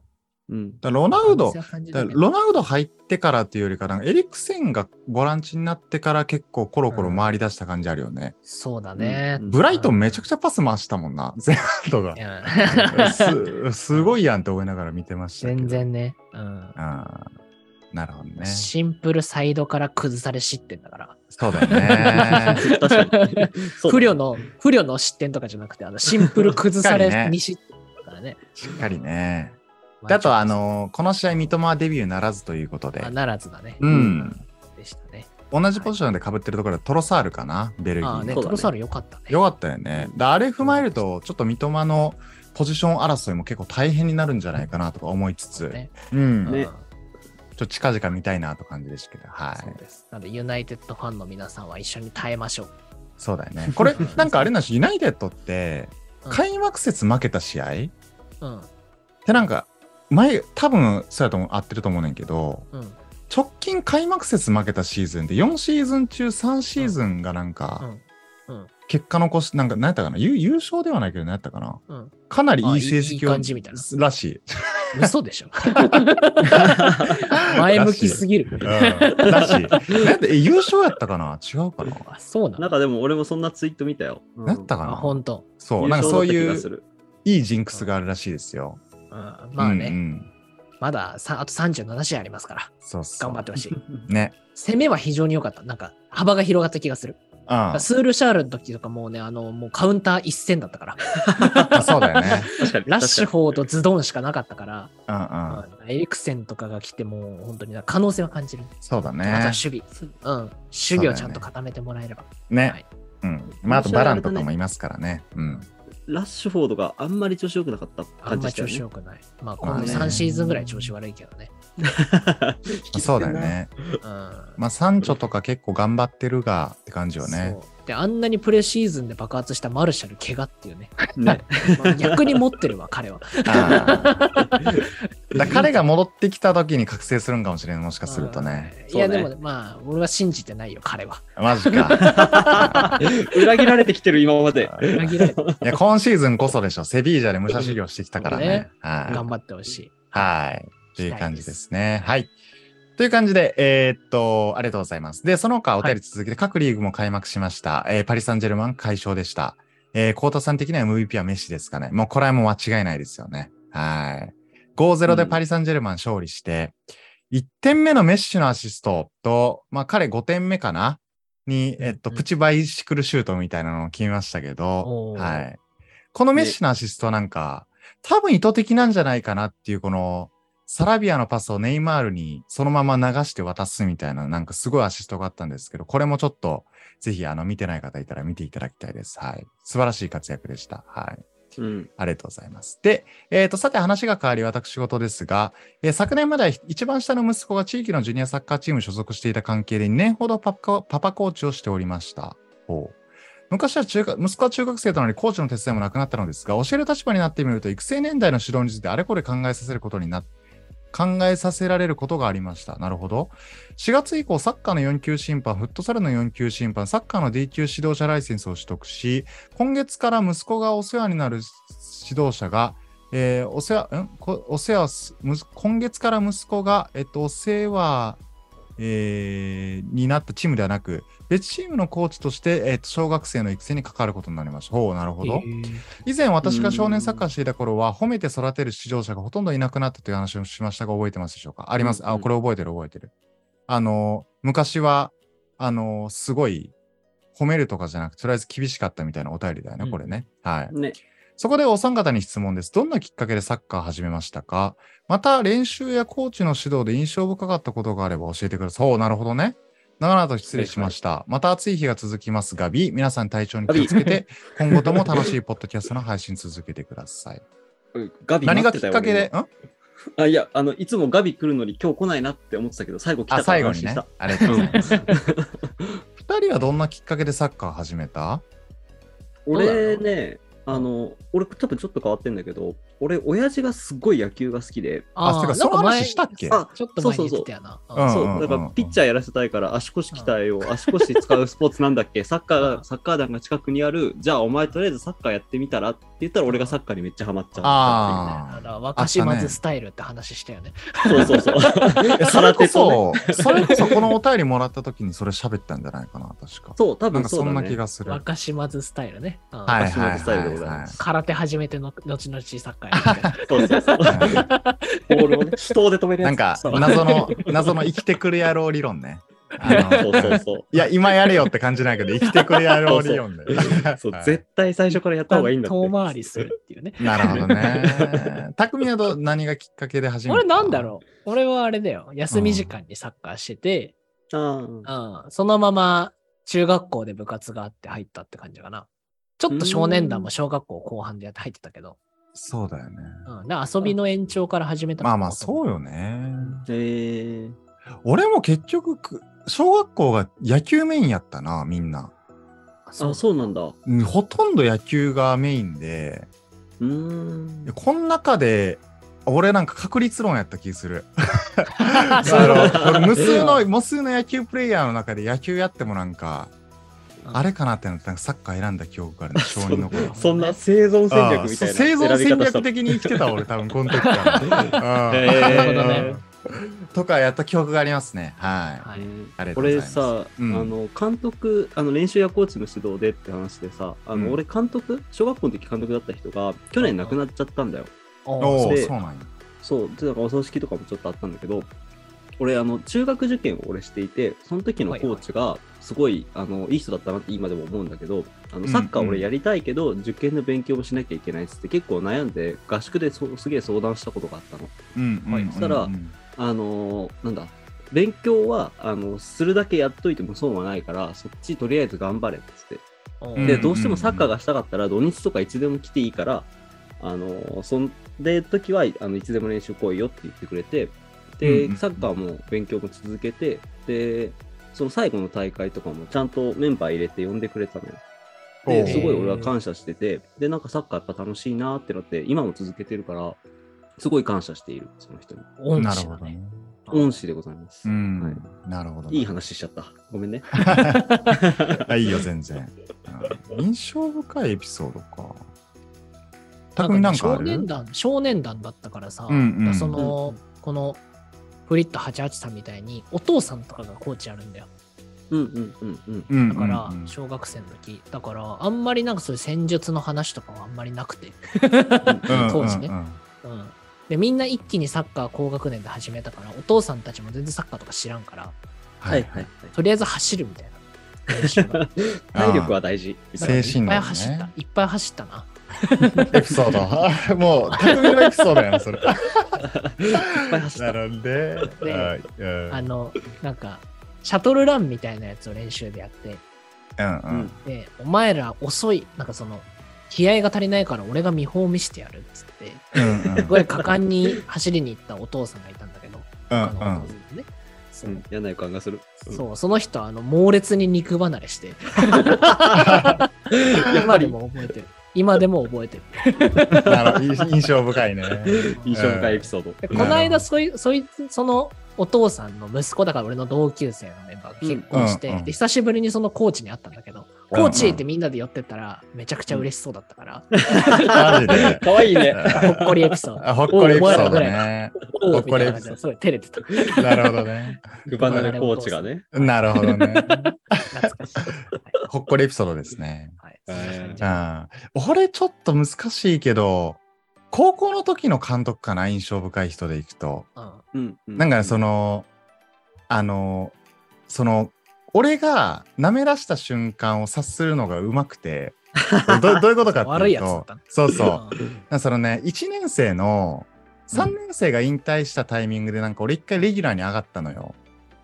[SPEAKER 1] うん。
[SPEAKER 2] だからロナウド
[SPEAKER 3] 可能性、は感じ
[SPEAKER 2] だ
[SPEAKER 3] た
[SPEAKER 2] か
[SPEAKER 3] け
[SPEAKER 2] ら
[SPEAKER 3] ど
[SPEAKER 2] ロナウド入ってからっていうよりか、なんかエリクセンがボランチになってから結構コロコロ回り出した感じあるよね。
[SPEAKER 3] そうだね。
[SPEAKER 1] うん
[SPEAKER 2] ブライトンめちゃくちゃパス回したもんな、 ゼラードが
[SPEAKER 3] う。
[SPEAKER 2] す
[SPEAKER 3] ん
[SPEAKER 2] すごいやんって思いながら見てましたけど。
[SPEAKER 3] 全。然ね。うん
[SPEAKER 2] あーなるほどね。
[SPEAKER 3] シンプルサイドから崩され失点だから。
[SPEAKER 2] そうだよね。
[SPEAKER 1] 確かに。そう
[SPEAKER 3] 不慮の、不慮の失点とかじゃなくて、あ のシンプル崩さ
[SPEAKER 2] 確かに
[SPEAKER 3] れ
[SPEAKER 2] ね
[SPEAKER 3] に失点だからね。
[SPEAKER 2] しっかり ね。であとは、あのこの試合、三笘はデビューならずということで
[SPEAKER 3] まあ、、ならずだね。
[SPEAKER 2] うん。
[SPEAKER 3] でしたね。
[SPEAKER 2] 同じポジションで被ってるところはトロサールかな、ベルギ
[SPEAKER 3] あ
[SPEAKER 2] ー
[SPEAKER 3] あ
[SPEAKER 2] の。
[SPEAKER 3] ね、
[SPEAKER 1] そうだね
[SPEAKER 3] トロサール良かったね。
[SPEAKER 2] よかったよね。だあれ踏まえると、ちょっと三笘のポジション争いも結構大変になるんじゃないかなとか思いつつ、
[SPEAKER 3] ね
[SPEAKER 2] うん、
[SPEAKER 1] ね
[SPEAKER 2] ちょっと近々見たいなと感じでしたけど、は
[SPEAKER 3] そう
[SPEAKER 2] い。
[SPEAKER 3] です。なので、ユナイテッドファンの皆さんは一緒に耐えましょう。
[SPEAKER 2] そうだよね。これ、なんかあれなんし、ユナイテッドって、
[SPEAKER 3] うん
[SPEAKER 2] 開幕節負けた試合っ
[SPEAKER 3] うん。
[SPEAKER 2] てなんか、前、多分、そうやと思う、合ってると思うねんけど、
[SPEAKER 3] うん。
[SPEAKER 2] 直近開幕節負けたシーズンで4シーズン中3シーズンがなん
[SPEAKER 3] う
[SPEAKER 2] か
[SPEAKER 3] ん。うん。
[SPEAKER 2] 結果残しなんか何やったかな優優勝ではないけど何やったかな
[SPEAKER 3] うん。
[SPEAKER 2] かなりいい成
[SPEAKER 3] あいいいい
[SPEAKER 2] 績を
[SPEAKER 3] 感じみたいな
[SPEAKER 2] らしい
[SPEAKER 3] 嘘で しょ。前向きすぎる。
[SPEAKER 2] うんらしいなんでえ優勝やったかな違うかな
[SPEAKER 3] あ、そう
[SPEAKER 1] な
[SPEAKER 3] な
[SPEAKER 1] ん
[SPEAKER 3] の
[SPEAKER 1] かでも俺もそんなツイート見たよ。
[SPEAKER 2] なったか
[SPEAKER 3] あ、
[SPEAKER 2] な
[SPEAKER 3] 本当。
[SPEAKER 2] そうなんかそう
[SPEAKER 1] 優勝
[SPEAKER 2] いう
[SPEAKER 1] だった気がする
[SPEAKER 2] いいジンクスがあるらしいですよ
[SPEAKER 3] うんまあね、
[SPEAKER 2] うんうん
[SPEAKER 3] まださあと37試合ありますから、
[SPEAKER 2] そうそう
[SPEAKER 3] 頑張ってほしい。
[SPEAKER 2] ね
[SPEAKER 3] 攻めは非常に良かった。なんか、幅が広がった気がする。
[SPEAKER 2] あ
[SPEAKER 3] スールシャールの時とかもうね、あの、もうカウンター一戦だったから、
[SPEAKER 2] あそうだよね
[SPEAKER 1] 確かに
[SPEAKER 3] ラッシュフォードズドンしかなかったから、
[SPEAKER 2] うんうん
[SPEAKER 3] うんエリクセンとかが来ても、本当に可能性は感じる。
[SPEAKER 2] そうだ
[SPEAKER 3] あと
[SPEAKER 2] ね
[SPEAKER 3] は守備。うん。守備をちゃんと固めてもらえれば。は
[SPEAKER 2] ね
[SPEAKER 3] い
[SPEAKER 2] うんまああとバランとかもいますからねうん
[SPEAKER 1] ラッシュフォードがあんまり調子良くなかった
[SPEAKER 3] あ
[SPEAKER 1] 感
[SPEAKER 3] んま
[SPEAKER 1] じ
[SPEAKER 3] り
[SPEAKER 1] した
[SPEAKER 3] 調
[SPEAKER 1] よ
[SPEAKER 3] 子
[SPEAKER 1] ね
[SPEAKER 3] 良くない。まあ、
[SPEAKER 2] ま
[SPEAKER 3] 今
[SPEAKER 1] あ
[SPEAKER 3] 度
[SPEAKER 1] ね
[SPEAKER 3] 3シーズンぐらい調子悪いけどね。
[SPEAKER 2] そうだよ。ね
[SPEAKER 3] うん。
[SPEAKER 2] まあ、サンチョとか結構頑張ってるがって感じよね。
[SPEAKER 3] そうで、あんなにプレシーズンで爆発したマルシャル、怪我っていうね。
[SPEAKER 1] ね。
[SPEAKER 3] 逆に持ってるわ、彼は。
[SPEAKER 2] あーだ彼が戻ってきた時に覚醒するんかもしれん、もしかするとね。
[SPEAKER 3] うん。いや、
[SPEAKER 1] そう
[SPEAKER 3] で
[SPEAKER 1] ね
[SPEAKER 3] もね、まあ、俺は信じてないよ、彼は。
[SPEAKER 2] マジか。
[SPEAKER 1] 裏切られてきてる今まで。
[SPEAKER 3] 裏切られて
[SPEAKER 2] いや、今シーズンこそでしょ。セビージャで武者修行してきたからね。
[SPEAKER 3] 頑
[SPEAKER 2] はい。
[SPEAKER 3] 張ってほしい。
[SPEAKER 2] はい。という感じですね。はい。という感じで、えーっと、ありがとうございます。で、その他お便り続けて各リーグも開幕しました。えーパリ・サンジェルマン快勝でした。えー、コータさん的には MVP はメッシですかね。もうこれはもう間違いないですよね。はい。5-0でパリ・サンジェルマン勝利して、1点目のメッシのアシストと、まあ彼5点目かなに、えっと、
[SPEAKER 3] うん
[SPEAKER 2] プチバイシクルシュートみたいなのを決めましたけど
[SPEAKER 3] お、ー
[SPEAKER 2] はい。このメッシのアシストなんか、多分意図的なんじゃないかなっていう、この、サラビアのパスをネイマールにそのまま流して渡すみたいな、なんかすごいアシストがあったんですけど、これもちょっと、ぜひ、あの、見てない方いたら見ていただきたいです。はい。素晴らしい活躍でした。はい。
[SPEAKER 1] うん。
[SPEAKER 2] ありがとうございます。で、えっ、と、さて話が変わり私事ですが、えー昨年までは一番下の息子が地域のジュニアサッカーチームに所属していた関係で2年ほどパパコパパコーチをしておりました。ほう昔は中学息子は中学生となりコーチの手伝いもなくなったのですが、教える立場になってみると育成年代の指導についてあれこれ考えさせることにな考えさせられることがありました。なるほど。4月以降、サッカーの4級審判、フットサルの4級審判、サッカーの D 級指導者ライセンスを取得し、今月から息子がお世話になる指導者が、えーお世話、んこお世話す、むす今月から息子が、えっと、お世話えーになったチームではなく、別チームのコーチとして、えーと小学生の育成に関わることになりました。ほう、なるほど。
[SPEAKER 3] えー
[SPEAKER 2] 以前私が少年サッカーしていた頃は、褒めて育てる指導者がほとんどいなくなったという話をしましたが、覚えてますでしょうかあります。
[SPEAKER 1] うん
[SPEAKER 2] あ、
[SPEAKER 1] うん
[SPEAKER 2] これ覚えてる覚えてる。あの、昔は、あの、すごい、褒めるとかじゃなくて、とりあえず厳しかったみたいなお便りだよね、
[SPEAKER 3] うん
[SPEAKER 2] これね。はい。
[SPEAKER 1] ね。
[SPEAKER 2] そこでお三方に質問です。どんなきっかけでサッカー始めましたかまた、練習やコーチの指導で印象深かったことがあれば教えてください。そう、なるほどね。長々と失礼しました。また暑い日が続きますが、B、皆さん体調に気をつけて、今後とも楽しいポッドキャストの配信続けてください。
[SPEAKER 1] ガビ
[SPEAKER 2] 何
[SPEAKER 1] 待
[SPEAKER 2] が
[SPEAKER 1] っ
[SPEAKER 2] き
[SPEAKER 1] て
[SPEAKER 2] った
[SPEAKER 1] よ
[SPEAKER 2] かけで、ん
[SPEAKER 1] 俺今あいやあのいつもガビ来るのに今日来ないなって思ってたけど最後来たか
[SPEAKER 2] あ、
[SPEAKER 1] ら
[SPEAKER 2] 最後
[SPEAKER 1] 安
[SPEAKER 2] に
[SPEAKER 1] 心し
[SPEAKER 2] ね
[SPEAKER 1] た。。
[SPEAKER 2] ありがとうござい ます。二人はどんなきっかけでサッカー始めた
[SPEAKER 1] 俺ねあの俺多分ちょっと変わってんだけど俺親父がすごい野球が好きで
[SPEAKER 2] あ、てか、その
[SPEAKER 3] なんか前
[SPEAKER 2] 話したっけ
[SPEAKER 1] あ
[SPEAKER 3] ちょっと前に言ってたよな。
[SPEAKER 2] うん
[SPEAKER 1] そう
[SPEAKER 2] うんうんうん
[SPEAKER 1] だからピッチャーやらせたいから足腰鍛えよう足腰使うスポーツなんだっけサッカーがサッカー団が近くにあるじゃあお前とりあえずサッカーやってみたらって言ったら俺がサッカーにめっちゃハマっちゃ
[SPEAKER 2] あー
[SPEAKER 3] だから若島津スタイルって話したよね。
[SPEAKER 1] うっていうねそうそうそう
[SPEAKER 2] えそれ
[SPEAKER 1] 空
[SPEAKER 2] こ
[SPEAKER 1] 手とね
[SPEAKER 2] そ、それこそこのお便りもらった時にそれ喋ったんじゃないかな、確か。
[SPEAKER 1] そう多
[SPEAKER 2] なん
[SPEAKER 1] 分
[SPEAKER 2] か
[SPEAKER 1] そ
[SPEAKER 2] そ
[SPEAKER 1] うんだ
[SPEAKER 2] な
[SPEAKER 1] ね
[SPEAKER 2] 気がする。
[SPEAKER 3] 若島津スタイルね。うん
[SPEAKER 2] はい
[SPEAKER 1] 私のスタイルでございます
[SPEAKER 3] 空手始めての後々サッカーやるみた いな
[SPEAKER 1] そうそうそう
[SPEAKER 2] は
[SPEAKER 1] ボールをね手刀で止め
[SPEAKER 2] い
[SPEAKER 1] るやつ
[SPEAKER 2] なんか
[SPEAKER 1] そう
[SPEAKER 2] 謎の、謎の生きてくる野郎理論ね。あの
[SPEAKER 1] そうそうそう
[SPEAKER 2] いや、今やれよって感じないけど、生きてくる野郎理論で。
[SPEAKER 1] そう、
[SPEAKER 2] はい
[SPEAKER 1] 絶対最初からやった方がいいんだって。
[SPEAKER 3] 遠回りするっていう ね。
[SPEAKER 2] なるほどね。匠はど何がきっかけで始めた
[SPEAKER 3] 俺なんだろう俺はあれだよ。休み時間にサッカーしてて、
[SPEAKER 1] あ
[SPEAKER 3] う
[SPEAKER 1] あ
[SPEAKER 3] んそのまま中学校で部活があって入ったって感じかな。ちょっと少年団も小学校後半でやって入ってたけど、
[SPEAKER 2] そうだよね。
[SPEAKER 3] うん、だから遊びの延長から始めた
[SPEAKER 2] ま
[SPEAKER 3] のか
[SPEAKER 2] あま
[SPEAKER 3] な
[SPEAKER 2] あ、そうよね。
[SPEAKER 1] ええ
[SPEAKER 2] 俺も結局く、小学校が野球メインやったな、みんな。
[SPEAKER 1] あ、そうなんだ。う
[SPEAKER 2] うんほとんど野球がメインで、
[SPEAKER 1] ーん。
[SPEAKER 2] この中で、俺なんか確率論やった気する。あ
[SPEAKER 3] そう
[SPEAKER 2] の俺無数
[SPEAKER 3] う
[SPEAKER 2] の、
[SPEAKER 3] ん
[SPEAKER 2] 無数の野球プレイヤーの中で野球やってもなんか、
[SPEAKER 3] うん
[SPEAKER 2] あれかなってなって、なんかサッカー選んだ記憶があるね、小
[SPEAKER 1] そ
[SPEAKER 2] 児の頃。
[SPEAKER 1] そんな生存戦略みたい
[SPEAKER 2] ああ
[SPEAKER 1] な。
[SPEAKER 2] 生存戦略
[SPEAKER 1] 的。
[SPEAKER 2] 的に生きてた俺多分この 時から。うん
[SPEAKER 1] へえ
[SPEAKER 3] なるほどね
[SPEAKER 2] とかやった記憶がありますね。 はい。
[SPEAKER 3] はい
[SPEAKER 2] ありがとうござい
[SPEAKER 1] 俺
[SPEAKER 2] ます。
[SPEAKER 1] さ、
[SPEAKER 2] うん
[SPEAKER 1] あの監督あの練習やコーチの指導でって話でさあの、
[SPEAKER 2] うん
[SPEAKER 1] 俺監督小学校の時監督だった人が去年亡くなっちゃったんだよ
[SPEAKER 3] おう
[SPEAKER 2] おお、
[SPEAKER 1] で
[SPEAKER 2] そうなんや。
[SPEAKER 1] そうでだからお葬式とかもちょっとあったんだけど俺あの中学受験を俺していてその時のコーチがすごい、いあのいい人だったなって今でも思うんだけどあ
[SPEAKER 2] ん
[SPEAKER 1] のサッカー俺やりたいけど、受験の勉強もしなきゃいけないっつって結構悩んで合宿でそすげえ相談したことがあったの。
[SPEAKER 2] うんうん。
[SPEAKER 3] はい
[SPEAKER 2] うん
[SPEAKER 1] そしたら
[SPEAKER 2] うん
[SPEAKER 1] あのーなんだ勉強はあのするだけやっといても損はないからそっちとりあえず頑張れっつって
[SPEAKER 3] おう
[SPEAKER 2] うん
[SPEAKER 1] でどうしてもサッカーがしたかったら土日とかいつでも来ていいから、あのーそんで時はあのいつでも練習来いよって言ってくれてで、
[SPEAKER 2] うんうん
[SPEAKER 1] サッカーも勉強も続けてでその最後の大会とかもちゃんとメンバー入れて呼んでくれたのよ。
[SPEAKER 2] おう
[SPEAKER 1] ですごい俺は感謝しててでなんかサッカーやっぱ楽しいなってなって今も続けてるからすごい感謝しているその人に
[SPEAKER 3] 恩
[SPEAKER 2] なる
[SPEAKER 3] 師
[SPEAKER 2] ほ
[SPEAKER 3] だ
[SPEAKER 2] ど
[SPEAKER 3] ね
[SPEAKER 2] ね。
[SPEAKER 1] 恩師でございます。
[SPEAKER 2] うん。
[SPEAKER 1] はい
[SPEAKER 2] なるほどね。
[SPEAKER 1] いい話しちゃった。ご めんね。
[SPEAKER 2] あいいよ、全然。うん印象深いエピソードか。
[SPEAKER 3] な
[SPEAKER 2] 匠なん
[SPEAKER 3] ね
[SPEAKER 2] かあ
[SPEAKER 3] 少
[SPEAKER 2] る
[SPEAKER 3] 年団少年団だったからさ、
[SPEAKER 2] うんうん
[SPEAKER 3] その、このフリット88さんみたいにお父さんとかがコーチやるんだよ
[SPEAKER 1] うんうんうんうん。
[SPEAKER 2] うんうんう
[SPEAKER 3] だ
[SPEAKER 2] ん
[SPEAKER 3] から小学生の時だからあんまりなんかそういう戦術の話とかはあんまりなくて、
[SPEAKER 2] うん
[SPEAKER 3] 当時ね
[SPEAKER 2] うんうん
[SPEAKER 3] うん、でみんな一気にサッカー高学年で始めたからお父さんたちも全然サッカーとか知らんから
[SPEAKER 1] はいはいはい。
[SPEAKER 3] とりあえず走るみたいな練習 が
[SPEAKER 1] 体力は大事。
[SPEAKER 2] 精神
[SPEAKER 3] いっ
[SPEAKER 2] 論
[SPEAKER 3] ぱい
[SPEAKER 2] ね
[SPEAKER 3] 走ったいっぱい走ったな
[SPEAKER 2] エピソード。 もう、匠のエピソードやん、それ。
[SPEAKER 1] いっぱい走った
[SPEAKER 2] なので、
[SPEAKER 3] で
[SPEAKER 2] はいうん
[SPEAKER 3] あのなんかシャトルランみたいなやつを練習でやって
[SPEAKER 2] うんう
[SPEAKER 1] うんん。、
[SPEAKER 3] で、お前ら遅い、なんかその、気合が足りないから俺が見本を見せてやるっつって、
[SPEAKER 2] うんうん
[SPEAKER 3] すごい果敢に走りに行ったお父さんがいたんだけど、
[SPEAKER 2] うん
[SPEAKER 3] 他のお
[SPEAKER 2] うん
[SPEAKER 3] 父さんね。そううん
[SPEAKER 1] 嫌な予感がする。
[SPEAKER 3] そう、その人はあの猛烈に肉離れして、今でも覚えてる。今でも覚えてる。
[SPEAKER 2] なるほど 印象深いね。
[SPEAKER 1] 印象深いエピソード。
[SPEAKER 3] で
[SPEAKER 2] うん
[SPEAKER 3] この間そい、そいつ、そのお父さんの息子だから俺の同級生のメンバーが結婚して、
[SPEAKER 2] うんうんうん
[SPEAKER 3] で久しぶりにそのコーチに会ったんだけど、コーチってみんなで寄ってったら、めちゃくちゃ嬉しそうだっ たから、
[SPEAKER 2] マジで。
[SPEAKER 1] かわいい ね。
[SPEAKER 3] ほっこりエピソード。
[SPEAKER 2] あほっこりエピソードね。
[SPEAKER 3] お
[SPEAKER 2] ほ
[SPEAKER 3] う
[SPEAKER 2] っ
[SPEAKER 3] みた
[SPEAKER 2] こ
[SPEAKER 3] い
[SPEAKER 2] り
[SPEAKER 3] な
[SPEAKER 2] エピ
[SPEAKER 3] 感じ
[SPEAKER 2] ソー
[SPEAKER 3] で、すごい照れてた。
[SPEAKER 2] ド。なるほどね。
[SPEAKER 1] くばなるコーチがね。
[SPEAKER 2] なるほどね。
[SPEAKER 3] 懐かしい。
[SPEAKER 2] ほっこりエピソードですね。
[SPEAKER 3] はい。そんな感じ
[SPEAKER 2] う。ん。俺ちょっと難しいけど、高校の時の監督かな、印象深い人でいくと。
[SPEAKER 3] うん
[SPEAKER 1] うん。
[SPEAKER 2] なんかそ
[SPEAKER 1] の、
[SPEAKER 2] の、あの、その、俺が舐め出した瞬間を察するのがうまく て、どどういうことかっていうと、
[SPEAKER 3] 悪いやつだったの
[SPEAKER 2] そうそう。だか
[SPEAKER 3] うん
[SPEAKER 2] らそのね、1年生の、3年生が引退したタイミングで、なんか俺一回レギュラーに上がったのよ。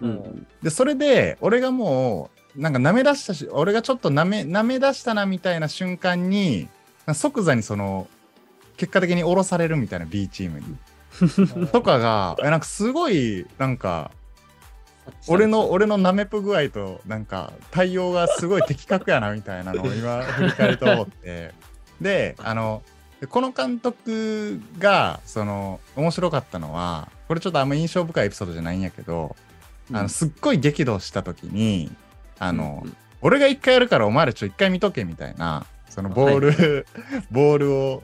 [SPEAKER 1] うん。
[SPEAKER 2] でそれで俺がもうなんか舐め出したし俺がちょっと舐め舐め出したなみたいな瞬間に即座にその結果的に降ろされるみたいな B チームにとかがえなんかすごいなんか俺の俺の舐めぷ具合となんか対応がすごい的確やなみたいなのを今振り返ると思ってであのでこの監督がその面白かったのはこれちょっとあんま印象深いエピソードじゃないんやけどあ
[SPEAKER 1] う
[SPEAKER 2] の
[SPEAKER 1] ん
[SPEAKER 2] すっごい激怒した時にあの、
[SPEAKER 1] うん
[SPEAKER 2] 俺が一回やるからお前らちょ一回見とけみたいなそのボール、 ボールを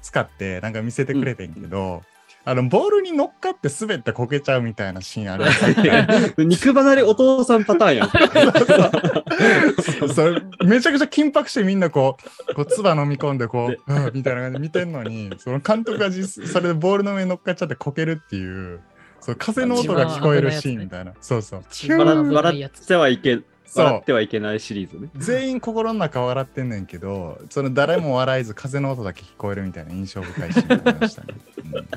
[SPEAKER 2] 使ってなんか見せてくれてんけど、あのボールに乗っかって滑ってこけちゃうみたいなシーンある
[SPEAKER 1] 肉離れお父さんパターンやん。
[SPEAKER 2] それめちゃくちゃ緊迫してみんなこうこう唾飲み込んでこ う、うんみたいな感じで見てんのにその監督が実それでボールの上に乗っかっちゃってこけるっていうそう風の音が聞こえるシーンみたいなそうそう
[SPEAKER 3] 一番危ないやつ。
[SPEAKER 1] してはいけ、
[SPEAKER 2] そう
[SPEAKER 1] 笑ってはいけないシリーズね。
[SPEAKER 2] 全員心の中笑ってんねんけどその誰も笑えず風の音だけ聞こえるみたいな印象深いシーンがありましたね。うん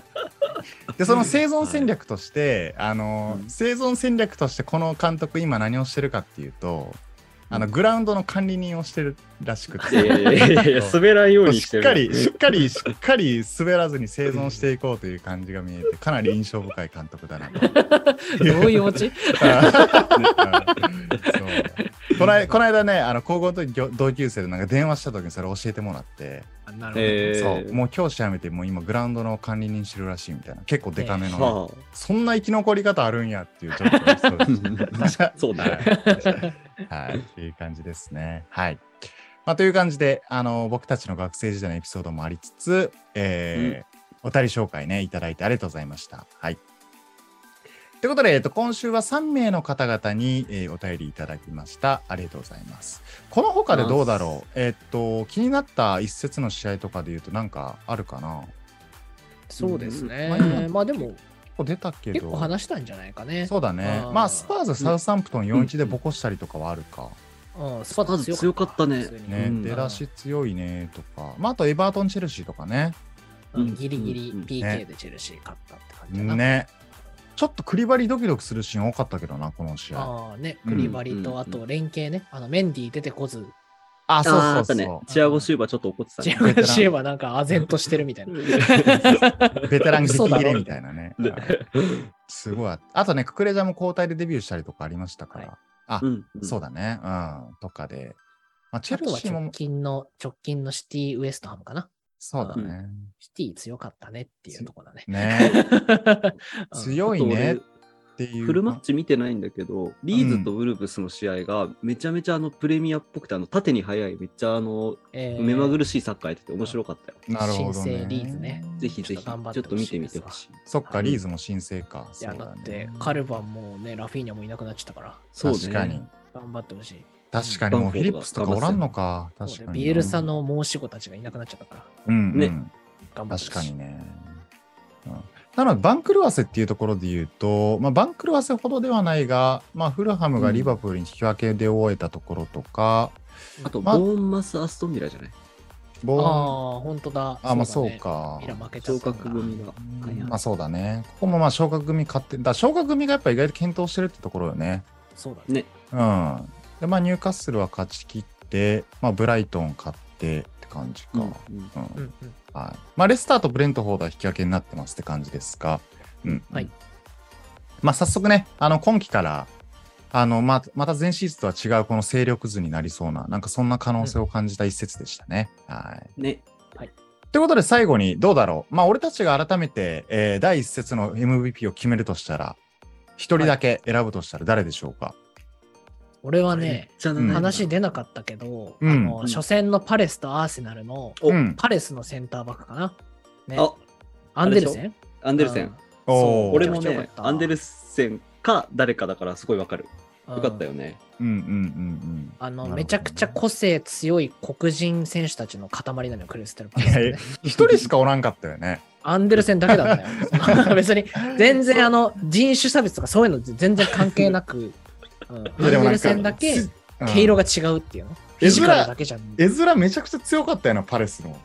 [SPEAKER 2] でその生存戦略として、あの
[SPEAKER 1] うん
[SPEAKER 2] 生存戦略としてこの監督今何をしてるかっていうとあの
[SPEAKER 1] うん
[SPEAKER 2] グラウンドの管理人をしてるらしく
[SPEAKER 1] いやいやいやい
[SPEAKER 2] て
[SPEAKER 1] や、。滑らんようにし
[SPEAKER 2] してっ
[SPEAKER 1] る。
[SPEAKER 2] かり、しっかり、しっかり滑らずに生存していこうという感じが見えて、かなり印象深い監督だなと。
[SPEAKER 3] どういうお ち
[SPEAKER 2] うんそうこないこの間ねあの高校の時同同級生でなんか電話した時にそれ教えてもらって、
[SPEAKER 3] なる
[SPEAKER 1] えー
[SPEAKER 2] そうもう教師辞めてもう今グラウンドの管理人してるらしいみたいな結構デカめのね、
[SPEAKER 1] は
[SPEAKER 2] そんな生き残り方あるんやっていうちょっとそうで
[SPEAKER 1] あそうだね。
[SPEAKER 2] すはい、っていう感じですねはい、まあ、という感じであの僕たちの学生時代のエピソードもありつつ、えーお便り紹介ねいただいてありがとうございましたはいということで、えっと、今週は3名の方々に、えーお便りいただきました。ありがとうございます。この他でどうだろうえっと、気になった一節の試合とかで言うとなんかあるかな
[SPEAKER 3] ほど。そうです
[SPEAKER 2] う
[SPEAKER 3] ね。
[SPEAKER 2] ん
[SPEAKER 3] まあでも、
[SPEAKER 2] 結構出たけど。
[SPEAKER 3] 結構話したんじゃないかね。
[SPEAKER 2] そうだね
[SPEAKER 3] あ。ー
[SPEAKER 2] まあ、スパーズ、サウサンプトン4-1でボコしたりとかはあるか。
[SPEAKER 3] うん、スパッツ
[SPEAKER 1] 強かったね
[SPEAKER 3] 普通に
[SPEAKER 2] ね、
[SPEAKER 1] うん
[SPEAKER 2] 出だし強いねとか。まあ、あとエバートン・チェルシーとかね。
[SPEAKER 3] うんギリギリ
[SPEAKER 1] うん
[SPEAKER 3] PK でチェルシー勝ったって感じだな。
[SPEAKER 2] ね。ちょっとクリバリドキドキするシーン多かったけどな、この試合。
[SPEAKER 3] ああね、
[SPEAKER 2] うん
[SPEAKER 3] クリバリ
[SPEAKER 1] うん
[SPEAKER 3] とあと連携ね、あのメンディー出てこず、
[SPEAKER 2] あ、そう
[SPEAKER 1] あーあっ
[SPEAKER 2] そ
[SPEAKER 1] た
[SPEAKER 2] う
[SPEAKER 1] ね
[SPEAKER 2] そ。
[SPEAKER 1] チアゴシューバーちょっと怒ってた
[SPEAKER 3] ジ
[SPEAKER 1] ね。
[SPEAKER 3] ェルシーはなんか唖然としてるみたいな。
[SPEAKER 2] う。ベテラン激
[SPEAKER 3] そうだろ
[SPEAKER 2] 切れみたいなね。うんすごいあ。あとね、ククレジャも交代でデビューしたりとかありましたか
[SPEAKER 3] は
[SPEAKER 2] ら。
[SPEAKER 1] うん
[SPEAKER 2] そうだね。うん。とかで。まあ、チ
[SPEAKER 3] あ
[SPEAKER 2] ェル
[SPEAKER 3] とは
[SPEAKER 2] シー
[SPEAKER 3] 直
[SPEAKER 2] も、
[SPEAKER 3] 近の、直近のシティウエストハムかな。
[SPEAKER 2] そうだね。
[SPEAKER 3] シティ強かったねって いうところだね。
[SPEAKER 2] ね。
[SPEAKER 3] うん
[SPEAKER 2] 強いねっていう。
[SPEAKER 1] フルマッチ見てないんだけど、リーズとウルブスの試合がめちゃめちゃあのプレミアっぽくて、あの縦に速い、めっちゃあの
[SPEAKER 3] えー
[SPEAKER 1] 目まぐるしいサッカーやってて面白かったよ。
[SPEAKER 2] なるほど、ね。
[SPEAKER 3] 新生リーズね。
[SPEAKER 1] ぜひぜひ、
[SPEAKER 3] ちょっと頑張っ
[SPEAKER 1] ちょ
[SPEAKER 3] て
[SPEAKER 1] っと見てみてほしい。
[SPEAKER 2] そっ
[SPEAKER 1] は
[SPEAKER 2] か、
[SPEAKER 1] い
[SPEAKER 2] リーズも申請か。
[SPEAKER 3] いや、
[SPEAKER 2] そう
[SPEAKER 3] だ
[SPEAKER 2] ね
[SPEAKER 3] って、カルバンもね、ラフィーニャもいなくなっちゃったから、
[SPEAKER 1] そうね
[SPEAKER 2] 確かに。。
[SPEAKER 3] 頑張ってほしい。
[SPEAKER 2] 確かに、もうフィリップスとかおらんのか。
[SPEAKER 3] そう
[SPEAKER 2] 確
[SPEAKER 3] ね
[SPEAKER 2] かに。
[SPEAKER 3] ビエルサ、の申し子たちがいなくなっちゃったから、
[SPEAKER 2] うん、うん。
[SPEAKER 1] ね
[SPEAKER 3] 頑張って
[SPEAKER 2] 確
[SPEAKER 3] ほ
[SPEAKER 2] か
[SPEAKER 3] しい
[SPEAKER 2] に。ね。うんなので、バンクルワセっていうところで言うと、まあ、バンクルワセほどではないが、まあ、フルハムがリバプールに引き分けで終えたところとか、
[SPEAKER 1] あと、
[SPEAKER 2] まあ
[SPEAKER 1] ボーンマス・アストンビラじゃない
[SPEAKER 2] ボーン
[SPEAKER 3] ああ、本当だ。
[SPEAKER 2] あ、まあ
[SPEAKER 3] だ
[SPEAKER 2] そう
[SPEAKER 3] ね。
[SPEAKER 2] か。
[SPEAKER 3] ミラ負けちゃっ
[SPEAKER 1] 昇
[SPEAKER 3] たんだ。
[SPEAKER 1] 格組が。はいはい
[SPEAKER 2] まあそうだね。ここもまあ昇格組勝って、だから昇格組がやっぱ意外と検討してるってところよね。
[SPEAKER 3] そうだ
[SPEAKER 1] ね。
[SPEAKER 3] ね。
[SPEAKER 2] うん。で、まあ、ニューカッスルは勝ち切って、まあ、ブライトン勝ってって感じか。うん
[SPEAKER 1] うん
[SPEAKER 3] うんうん。
[SPEAKER 2] はいまあ、レスターとブレントフォードは引き分けになってますって感じですが、うん
[SPEAKER 3] はい
[SPEAKER 2] まあ、早速ね、あの今期からあのままた前シーズンとは違うこの勢力図になりそうな、なんかそんな可能性を感じた一節でしたね。はい
[SPEAKER 1] ね。
[SPEAKER 2] ということで最後にどうだろうまあ俺たちが改めて、えー第一節の MVP を決めるとしたら一人だけ選ぶとしたら誰でしょうか、
[SPEAKER 3] 俺は
[SPEAKER 1] めっ
[SPEAKER 3] ね、
[SPEAKER 1] ちゃ
[SPEAKER 2] うん
[SPEAKER 1] 長い
[SPEAKER 3] 話出なかったけど、
[SPEAKER 2] うん
[SPEAKER 3] あ
[SPEAKER 1] う
[SPEAKER 3] の
[SPEAKER 1] ん
[SPEAKER 3] 初戦のパレスとアーセナルの、
[SPEAKER 1] お
[SPEAKER 2] うん
[SPEAKER 3] パレスのセンターバックかな。ね、
[SPEAKER 1] あ
[SPEAKER 3] アンデルセン
[SPEAKER 1] アンデルセン。
[SPEAKER 2] お
[SPEAKER 3] そう
[SPEAKER 2] お。
[SPEAKER 1] 俺も
[SPEAKER 3] めちゃくちゃ良
[SPEAKER 1] ね
[SPEAKER 3] か、った
[SPEAKER 1] アンデルセンか誰かだからすごいわかる。
[SPEAKER 3] うん
[SPEAKER 1] よかったよね。
[SPEAKER 2] うんうんうんうん。
[SPEAKER 3] あの、
[SPEAKER 2] なるほどね
[SPEAKER 3] めちゃくちゃ個性強い黒人選手たちの塊なのよ、クリステルパレ
[SPEAKER 2] い
[SPEAKER 3] ス
[SPEAKER 2] や
[SPEAKER 3] ってね、
[SPEAKER 2] いや一人しかおらんかったよね。
[SPEAKER 3] アンデルセンだけだったよ。その別に、全然あの、人種差別とかそういうの全然関係なく、う
[SPEAKER 2] い
[SPEAKER 3] ん
[SPEAKER 2] や
[SPEAKER 3] アン
[SPEAKER 2] でも
[SPEAKER 3] デ
[SPEAKER 2] なんか
[SPEAKER 3] ルセンだけ
[SPEAKER 2] うん
[SPEAKER 3] 毛色が違うっていうの。フィジカルだけじゃん。
[SPEAKER 2] 絵面めちゃくちゃ強かったよな、パレスの。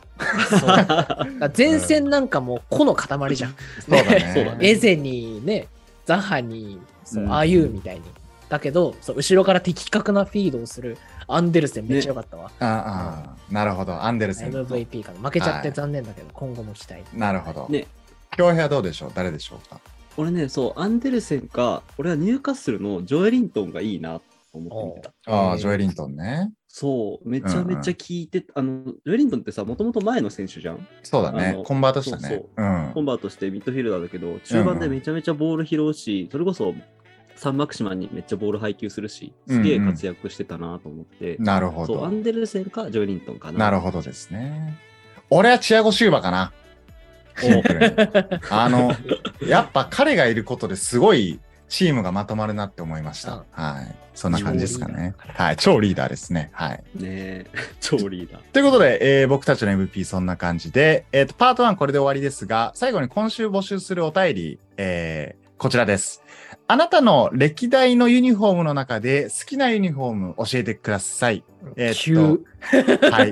[SPEAKER 3] そうだから前線なんかもう、個の塊じゃん。
[SPEAKER 2] そうだ ね。
[SPEAKER 1] そうだね
[SPEAKER 3] エゼにね、ザハに、そう
[SPEAKER 1] うん
[SPEAKER 3] アユーみたいに。だけどそう、後ろから的確なフィードをするアンデルセンめっちゃ良かったわ。
[SPEAKER 2] ああ、なるほど。アンデルセン。
[SPEAKER 3] MVP かな。負けちゃっ
[SPEAKER 2] は
[SPEAKER 3] て
[SPEAKER 2] い
[SPEAKER 3] 残念だけど、今後も期待。
[SPEAKER 2] なるほど。
[SPEAKER 1] ね、
[SPEAKER 2] 恭平はどうでしょう誰でしょうか
[SPEAKER 1] 俺ね、そう、アンデルセンか、俺はニューカッスルのジョエリントンがいいなと思って見てた。
[SPEAKER 2] あ
[SPEAKER 3] う
[SPEAKER 2] あ、
[SPEAKER 3] ん
[SPEAKER 2] ジョエリントンね。
[SPEAKER 1] そう、めちゃめちゃ聞いて、あの、ジョエリントンってさ、もともと前の選手じゃん。
[SPEAKER 2] そうだ
[SPEAKER 1] あ
[SPEAKER 2] ね
[SPEAKER 1] の。
[SPEAKER 2] コンバートした
[SPEAKER 1] そう
[SPEAKER 2] ね
[SPEAKER 1] そう。
[SPEAKER 2] うん
[SPEAKER 1] コンバートしてミッドフィルダーだけど、中盤でめちゃめちゃボール拾うし、それこそサンマクシマンにめっちゃボール配給するし、すげえ活躍してたなと思って、
[SPEAKER 2] なるほ
[SPEAKER 1] そう、ア
[SPEAKER 2] ど。
[SPEAKER 1] ンデルセンかジョエリントンかな。
[SPEAKER 2] なるほどですね。俺はチアゴ・シューバかな。シンプルに あの、やっぱ彼がいることですごいチームがまとまるなって思いました。はい。そんな感じですかね。はい。超リーダーですね。はい。
[SPEAKER 1] ねえ、 超リーダー。
[SPEAKER 2] ということで、えー僕たちの MVP そんな感じで、えっ、と、パート1これで終わりですが、最後に今週募集するお便り、えーこちらです。あなたの歴代のユニフォームの中で好きなユニフォーム教えてください。えーっ
[SPEAKER 3] 急
[SPEAKER 2] と、 はい。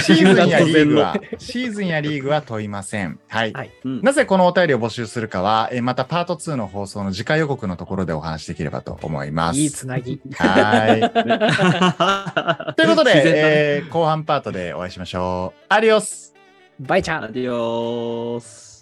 [SPEAKER 2] シーズンやリーグは
[SPEAKER 1] 突、
[SPEAKER 2] シーズンやリーグは問いません。はい。
[SPEAKER 3] はい
[SPEAKER 1] うん
[SPEAKER 2] なぜこのお便りを募集するかは、えーまたパート2の放送の次回予告のところでお話しできればと思います。
[SPEAKER 3] いいつなぎ。
[SPEAKER 2] はい。と
[SPEAKER 1] と
[SPEAKER 2] いうこ と で、
[SPEAKER 1] え
[SPEAKER 2] えー後半パートでお会いしましょう。アディオス
[SPEAKER 3] バイチャー
[SPEAKER 1] アディオース。